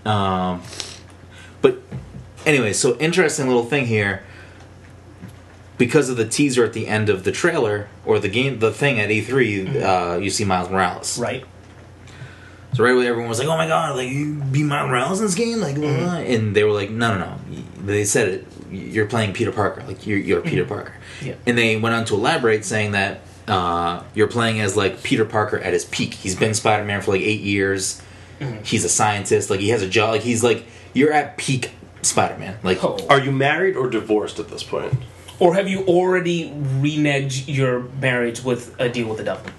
S1: guy. Um, but anyway, so interesting little thing here. Because of the teaser at the end of the trailer or the game, the thing at E3, uh, you see Miles Morales.
S2: Right.
S1: So right away, everyone was like, "Oh my god, like you be Miles Morales in this game?" Like, blah,
S2: Mm-hmm.
S1: blah. and they were like, "No, no, no." They said it. You're playing Peter Parker. Like you're you're Peter Parker.
S2: Mm-hmm. Yeah.
S1: And they went on to elaborate, saying that uh, you're playing as like Peter Parker at his peak. He's been Spider Man for like eight years.
S2: Mm-hmm.
S1: He's a scientist. Like he has a job. Like he's like you're at peak Spider Man. Like
S2: Oh.
S4: Are you married or divorced at this point?
S2: Or have you already reneged your marriage with a deal with the devil?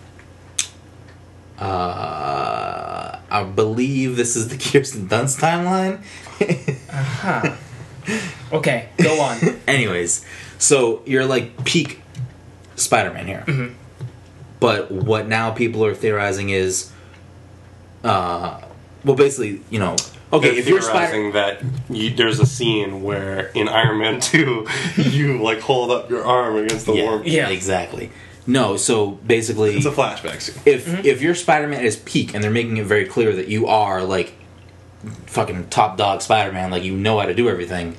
S1: uh, I believe this is the Kirsten Dunst timeline.
S2: Huh. okay, go on.
S1: Anyways, so you're like peak Spider Man here. But what now people are theorizing is, uh, well, basically, you know, okay,
S4: They're
S1: if you're Spider
S4: theorizing that you, there's a scene where in Iron Man 2 you like hold up your arm against the
S1: yeah,
S4: warm.
S2: Yeah.
S1: exactly. No, so basically,
S4: It's a flashback scene.
S1: if if you're Spider Man at his peak and they're making it very clear that you are like fucking top dog Spider Man, like you know how to do everything.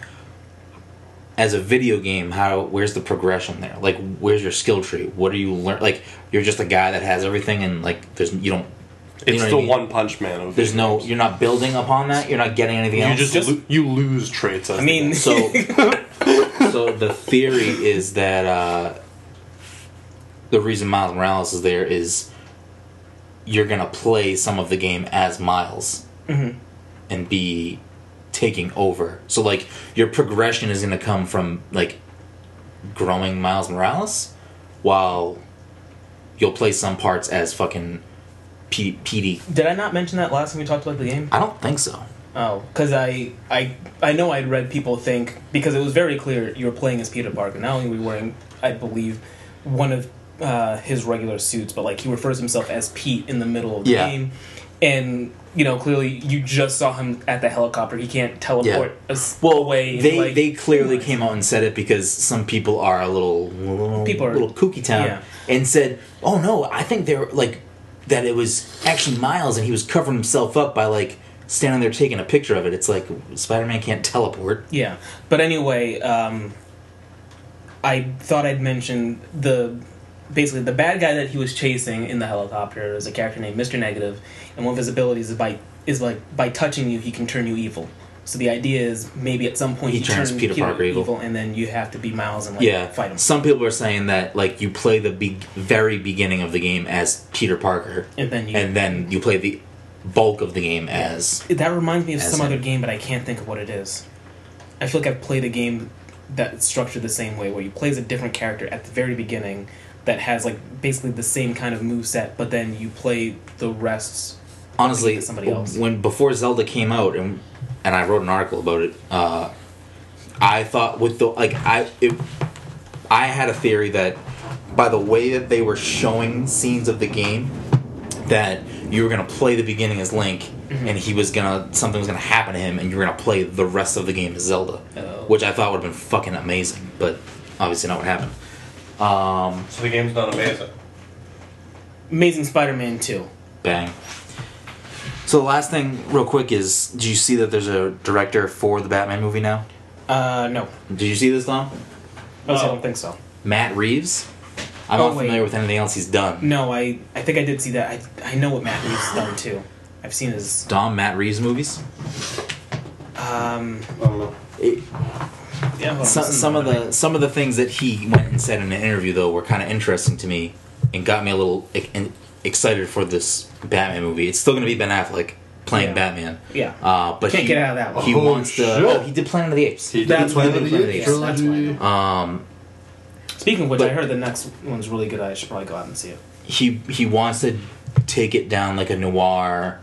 S1: As a video game, how where's the progression there? Like, where's your skill tree? What are you learn? Like, you're just a guy that has everything, and like, there's you don't. you know
S4: It's
S1: what I
S4: the
S1: mean?
S4: one punch man of
S1: There's no. You're not building upon that. You're not getting anything
S4: You
S1: else.
S4: just, lo- you lose traits. As
S2: I mean,
S1: So, so the theory is that uh, the reason Miles Morales is there is you're gonna play some of the game as Miles and be taking over. So like your progression is gonna come from like growing Miles Morales, while you'll play some parts as fucking P- PD.
S2: Did I not mention that last time we talked about the game?
S1: I don't think so.
S2: Oh, because I, I, I know I'd read people think because it was very clear you were playing as Peter Parker. Not only were you wearing, I believe, one of uh, his regular suits, but like he refers himself as Pete in the middle of the
S1: Yeah.
S2: game, and you know clearly you just saw him at the helicopter. He can't teleport us
S1: Well,
S2: away.
S1: They
S2: like-
S1: they clearly came out and said it because some people are a little little,
S2: People are-
S1: little kooky town
S2: yeah.
S1: and said, "Oh no, I think they were like that. It was actually Miles, and he was covering himself up by like standing there taking a picture of it. It's like Spider Man can't teleport.
S2: Yeah, but anyway, um, I thought I'd mention the basically the bad guy that he was chasing in the helicopter is a character named Mister Negative, and one of his abilities is by is like by touching you, he can turn you evil. So the idea is maybe at some point
S1: He
S2: you
S1: turns
S2: turn
S1: Peter Parker evil.
S2: and then you have to be Miles and like
S1: Yeah,
S2: fight him,
S1: some people are saying that like you play the be- very beginning of the game as Peter Parker,
S2: and then you.
S1: and then you play the bulk of the game as
S2: that reminds me of
S1: as
S2: some
S1: in-
S2: other game, but I can't think of what it is. I feel like I've played a game that's structured the same way, where you play as a different character at the very beginning that has like basically the same kind of moveset, but then you play the rest
S1: honestly,
S2: to somebody else.
S1: when before Zelda came out, and and I wrote an article about it, uh, I thought with the like I it, I had a theory that by the way that they were showing scenes of the game, that you were gonna play the beginning as Link,
S2: Mm-hmm.
S1: and he was gonna something was gonna happen to him, and you were gonna play the rest of the game as Zelda,
S2: Oh.
S1: which I thought would have been fucking amazing, but obviously not what happened. Um,
S4: So the game's not amazing.
S2: Amazing Spider-Man Two.
S1: Bang. So the last thing, real quick, is do you see that there's a director for the Batman movie now?
S2: Uh, no,
S1: Did you see this, Dom?
S2: I also
S4: Oh.
S2: don't think so.
S1: Matt Reeves. I'm
S2: Oh,
S1: not
S2: wait.
S1: familiar with anything else he's done.
S2: No, I I think I did see that. I I know what Matt Reeves done too. I've seen his
S1: Dom Matt Reeves movies.
S2: um oh,
S4: I don't know.
S1: It,
S2: yeah, hold on,
S1: some,
S2: this is
S1: some of
S2: another-
S1: the some of the things that he went and said in an interview though were kind of interesting to me and got me a little e- en- excited for this Batman movie. It's still going to be Ben Affleck playing
S2: Yeah.
S1: Batman.
S2: Yeah.
S1: Uh, but
S2: Can't
S1: he,
S2: get out of that one.
S1: He
S3: Oh,
S1: wants to.
S3: shit.
S1: Oh, he did Planet of the Apes.
S3: He did
S2: That's
S3: Planet
S2: what
S3: of
S2: they
S3: the
S2: did,
S3: Apes
S2: yes, that's why I
S3: trilogy.
S2: know.
S1: Um,
S2: Speaking of which,
S1: But-
S2: I heard the next one's really good. I should probably go out and see it.
S1: he he wants to take it down like a noir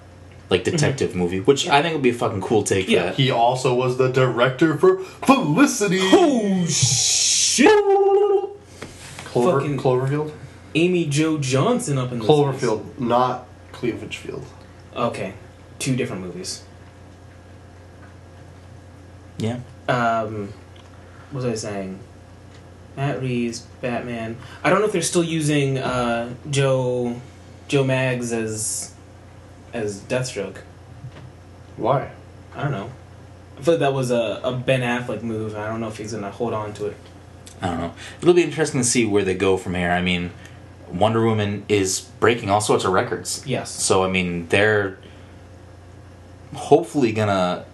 S1: like detective movie which i think would be a fucking cool take
S2: Mm-hmm. Yeah.
S1: for that
S3: He also was the director for Felicity.
S2: Oh shit!
S3: Clover,
S2: Fucking-
S3: Cloverfield?
S2: Amy Joe Johnson up in this place.
S3: Cloverfield, not Cleavage Field.
S2: Okay, two different movies.
S1: yeah
S2: Um, what was I saying? Matt Reeves, Batman. I don't know if they're still using uh, Joe Joe Maggs as as Deathstroke.
S3: Why?
S2: I don't know. I feel like that was a, a Ben Affleck move. I don't know if he's gonna hold on to it.
S1: i don't know it'll be interesting to see where they go from here i mean wonder woman is breaking all sorts of records
S2: Yes.
S1: so i mean they're hopefully gonna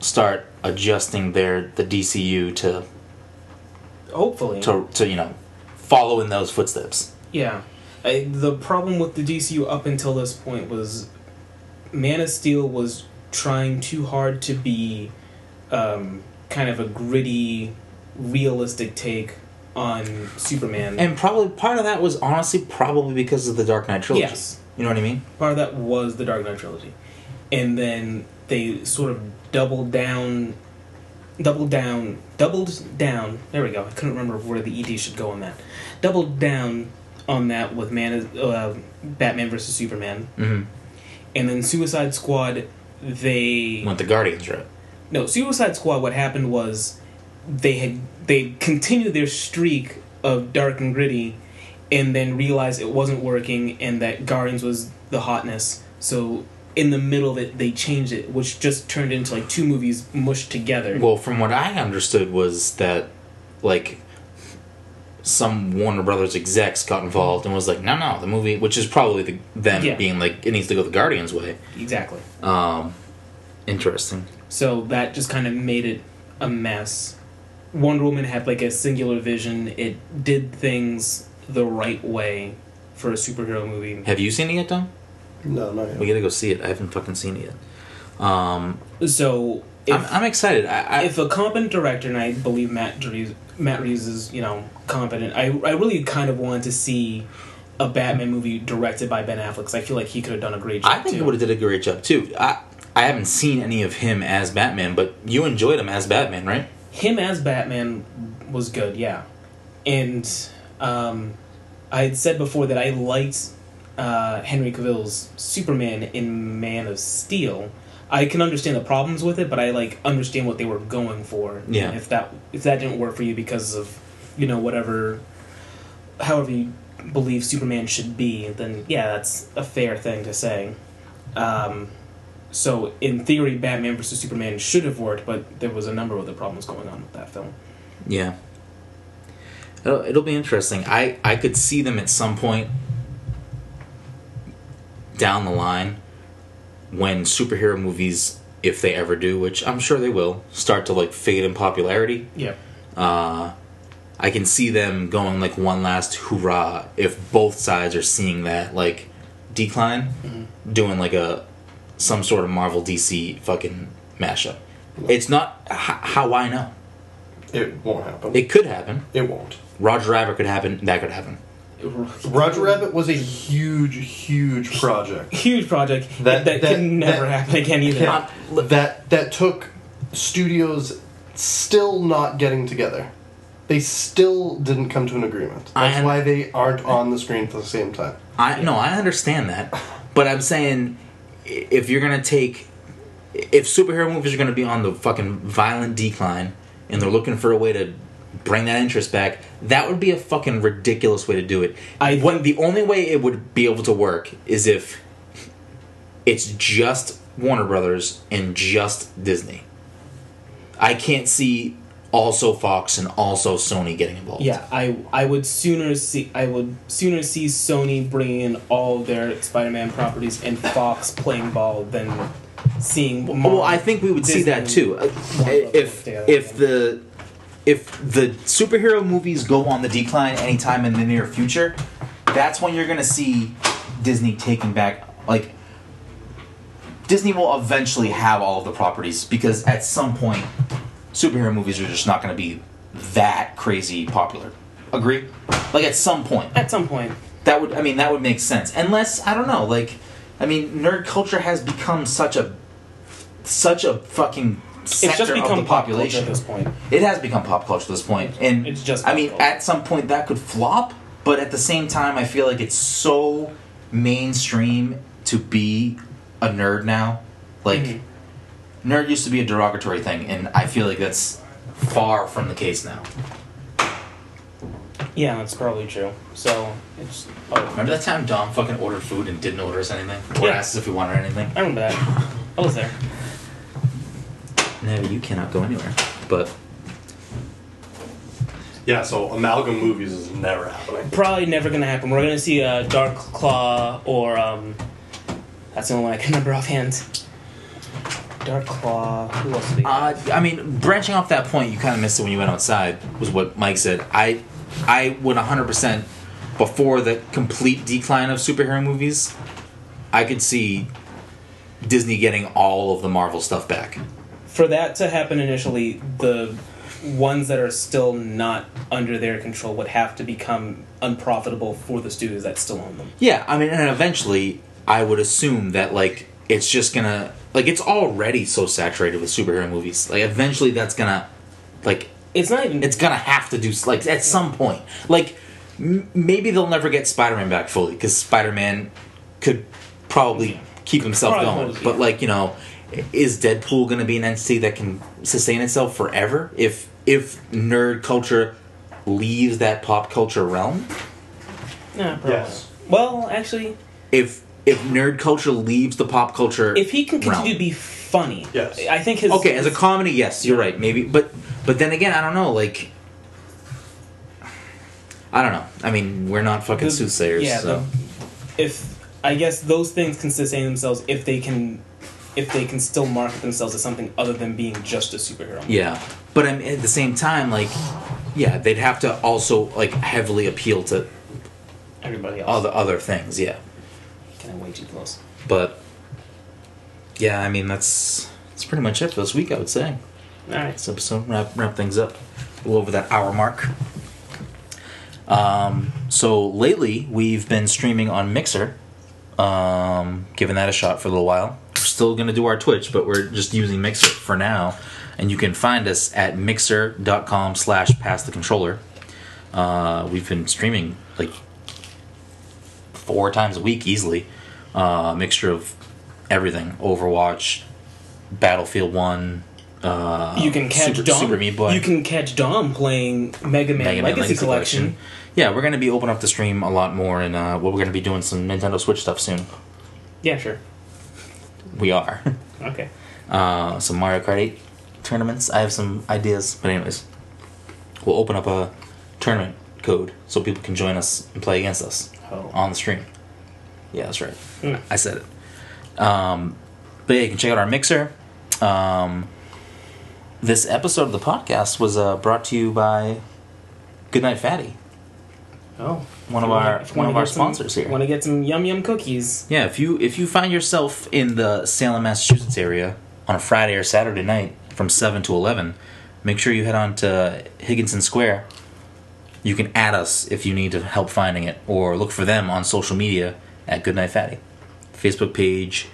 S1: start adjusting their the dcu to
S2: Hopefully.
S1: to, to you know follow in those footsteps
S2: Yeah. I, the problem with the DCU up until this point was Man of Steel was trying too hard to be um, kind of a gritty, realistic take on Superman.
S1: and probably part of that was honestly probably because of the dark knight trilogy
S2: Yes.
S1: you know what i mean
S2: Part of that was the Dark Knight trilogy. And then they sort of doubled down, doubled down, doubled down. There we go. I couldn't remember where the ED should go on that. Doubled down on that with Man of, uh, Batman versus Superman.
S1: mm-hmm.
S2: and then Suicide Squad, they
S1: went the Guardians route.
S2: no Suicide Squad. What happened was they had they continued their streak of dark and gritty, and then realized it wasn't working, and that Guardians was the hotness. So in the middle of it, they changed it, which just turned into like two movies mushed together.
S1: Well, from what I understood was that, like, some Warner Brothers execs got involved and was like, no, no, the movie, which is probably the, them
S2: Yeah.
S1: being like, it needs to go the Guardians way.
S2: exactly.
S1: Um, interesting.
S2: So that just kind of made it a mess. Wonder Woman had like a singular vision. It did things the right way for a superhero movie.
S1: Have you seen it yet, Tom?
S3: No, not yet.
S1: We gotta go see it. I haven't fucking seen it yet. Um,
S2: So
S1: I'm, I'm excited. I, I,
S2: if a competent director, and I believe Matt Reeves, Matt Reeves is you know competent, I I really kind of wanted to see a Batman movie directed by Ben Affleck. 'cause I feel like he could have done a great job.
S1: I think
S2: too.
S1: he would have did a great job too. I, I haven't seen any of him as Batman, but you enjoyed him as Batman, right?
S2: him as Batman was good, yeah. And um, I had said before that I liked uh, Henry Cavill's Superman in Man of Steel. I can understand the problems with it, but I like understand what they were going for.
S1: Yeah.
S2: And If that if that didn't work for you because of you know whatever, however you believe Superman should be, then yeah, that's a fair thing to say. Um, so in theory, Batman vs Superman should have worked, but there was a number of other problems going on with that film.
S1: Yeah. It'll, it'll be interesting. I, I could see them at some point down the line when superhero movies, if they ever do, which I'm sure they will, start to like fade in popularity.
S2: Yeah.
S1: Uh, I can see them going like one last hoorah if both sides are seeing that like decline, doing like a some sort of Marvel DC fucking mashup. It's not h- how I know.
S3: It won't happen. It,
S1: It could happen.
S3: won't.
S1: Roger Rabbit could happen. That could happen.
S3: Roger Rabbit was a huge, huge project.
S2: Huge project that
S3: That-
S2: that,
S3: that-
S2: can never
S3: that-
S2: happen again either.
S1: Yeah.
S3: that that took studios still not getting together. They still didn't come to an agreement.
S1: I
S3: That's
S1: am-
S3: why they aren't on the screen at the same time.
S1: I no, I understand that, but I'm saying i- if you're gonna take, if superhero movies are gonna be on the fucking violent decline, and they're looking for a way to bring that interest back, that would be a fucking ridiculous way to do it.
S2: I-
S1: I when the only way it would be able to work is if it's just Warner Brothers and just Disney. I can't see also Fox and also Sony getting involved.
S2: Yeah, I I would sooner see I would sooner see Sony bringing in all their Spider-Man properties and Fox playing ball than seeing.
S1: Well, I think we would see that
S2: Disney.
S1: too. Uh,
S2: Marvel
S1: If
S2: together.
S1: if the if the superhero movies go on the decline anytime in the near future, that's when you're going to see Disney taking back like Disney will eventually have all of the properties because at some point superhero movies are just not going to be that crazy popular. Agree? Like at some point.
S2: at some point.
S1: That would, I mean, that would make sense. Unless I don't know, like, I mean, nerd culture has become such a, such a fucking sector
S2: It's just
S1: of
S2: become
S1: the
S2: pop population
S1: population.
S2: at this point.
S1: It has become pop culture at this point, and
S2: It's just
S1: I
S2: pop
S1: mean,
S2: culture.
S1: at some point that could flop, but at the same time, I feel like it's so mainstream to be a nerd now. Like,
S2: Mhm.
S1: nerd used to be a derogatory thing, and I feel like that's far from the case now.
S2: Yeah, that's probably true. So it's. Oh,
S1: Remember that time Dom fucking ordered food and didn't order us anything, or
S2: Yeah.
S1: asked us if we wanted anything?
S2: I remember that. I was there.
S1: No, you cannot go anywhere. But
S4: Yeah, so amalgam movies is never happening.
S2: Probably never gonna happen. We're gonna see uh, Dark Claw or um, that's the only one I can remember offhand. Dark Claw. Who else? Did we
S1: uh, I mean, branching off that point, you kind of missed it when you went outside. Was what Mike said. I, I would 100 percent before the complete decline of superhero movies. I could see Disney getting all of the Marvel stuff back.
S2: for that to happen initially, the ones that are still not under their control would have to become unprofitable for the studios that still own them.
S1: Yeah, I mean, and eventually, I would assume that like it's just gonna like it's already so saturated with superhero movies. Like eventually, that's gonna like
S2: It's not even.
S1: it's gonna have to do like at some point like m- maybe they'll never get spider-man back fully because spider-man could probably keep himself
S2: Probably
S1: going
S2: would,
S1: but
S2: yeah.
S1: like you know is deadpool gonna be an entity that can sustain itself forever if if nerd culture leaves that pop culture realm
S2: Nah, probably.
S4: Yes.
S2: Well, actually,
S1: if if nerd culture leaves the pop culture
S2: if he can continue
S1: realm.
S2: to be funny,
S4: Yes.
S2: I think his
S1: okay as a comedy yes you're right maybe but but then again i don't know like i don't know i mean we're not fucking
S2: the-
S1: soothsayers
S2: Yeah,
S1: so
S2: the- if I guess those things can sustain themselves if they can, if they can still market themselves as something other than being just a superhero.
S1: yeah but I'm, at the same time like yeah they'd have to also like heavily appeal to
S2: Everybody else.
S1: all the other things yeah
S2: Getting way too close.
S1: but yeah i mean that's that's pretty much it for this week i would say
S2: All right.
S1: So, so wrap, wrap things up. A little over that hour mark. Um, so lately, we've been streaming on Mixer. Um, giving that a shot for a little while. We're still going to do our Twitch, but we're just using Mixer for now. And you can find us at mixer.com slash pass the controller. Uh, we've been streaming like four times a week easily. Uh, mixture of everything Overwatch, Battlefield 1,
S2: you can catch
S1: uh, Super-
S2: Dom.
S1: Super Meat Boy.
S2: You can catch Dom playing Mega Man,
S1: Mega Man
S2: Legacy, Collection.
S1: Yeah, we're going to be opening up the stream a lot more, and uh, well, we're going to be doing some Nintendo Switch stuff soon.
S2: Yeah, sure.
S1: We are.
S2: Okay.
S1: Uh, some Mario Kart 8 tournaments. I have some ideas, but anyways, we'll open up a tournament code so people can join us and play against us
S2: Oh.
S1: on the stream. Yeah, that's right.
S2: Hmm.
S1: I said it. Um, but yeah, you can check out our mixer. Um, this episode of the podcast was uh, brought to you by Goodnight Fatty.
S2: Oh.
S1: one of our one of our sponsors here.
S2: Want to get some yum yum cookies?
S1: Yeah, if you if you find yourself in the Salem, Massachusetts area on a Friday or Saturday night from seven to eleven, make sure you head on to Higginson Square. You can add us if you need help finding it, or look for them on social media at Goodnight Fatty, Facebook page,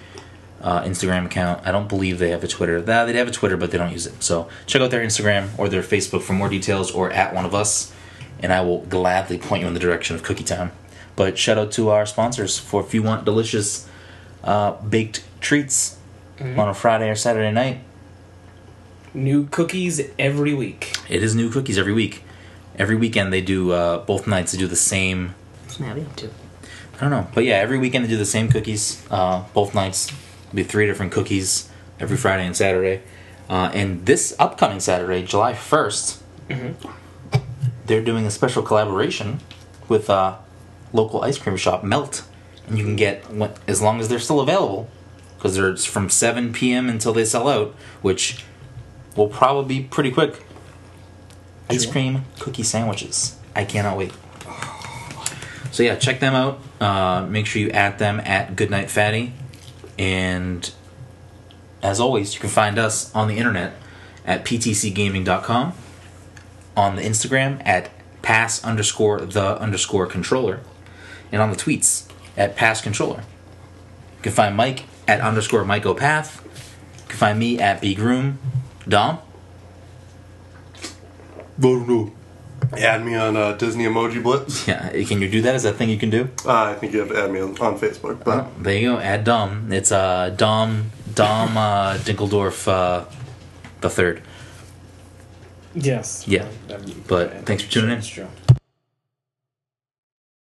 S1: uh, Instagram account. I don't believe they have a Twitter. Nah, they have a Twitter, but they don't use it. So check out their Instagram or their Facebook for more details, or at one of us, and I will gladly point you in the direction of Cookie Time. But shout out to our sponsors for if you want delicious uh, baked treats on a Friday or Saturday night.
S2: New cookies every week.
S1: It is new cookies every week. Every weekend they do uh, both nights. They do the same.
S6: What's Navi up to?
S1: I don't know, but yeah, every weekend they do the same cookies. Uh, both nights, It'll be three different cookies every Friday and Saturday. Uh, and this upcoming Saturday, July 1st they're doing a special collaboration with uh, local ice cream shop Melt, and you can get when- as long as they're still available because they're it's from 7 p.m. until they sell out, which will probably be pretty quick. Ice cream cookie sandwiches. I cannot wait. So yeah, check them out. Uh, make sure you add them at Goodnight Fatty, and as always, you can find us on the internet at ptcgaming.com, on the Instagram at pass underscore the underscore controller, and on the tweets at pass controller. You can find Mike at underscore Mike Opath. You can find me at bgroom. Dom,
S4: Add me on uh, Disney Emoji Blitz.
S1: yeah, can you do that? Is that a thing you can do?
S4: Uh, I think you have to add me on, on Facebook, but
S1: Oh, There you go. Add Dom. It's uh Dom Dom uh, Dinkeldorf uh, the third.
S2: Yes.
S1: Yeah.
S2: Um, that'd be-
S1: But thanks for tuning in.
S2: That's true.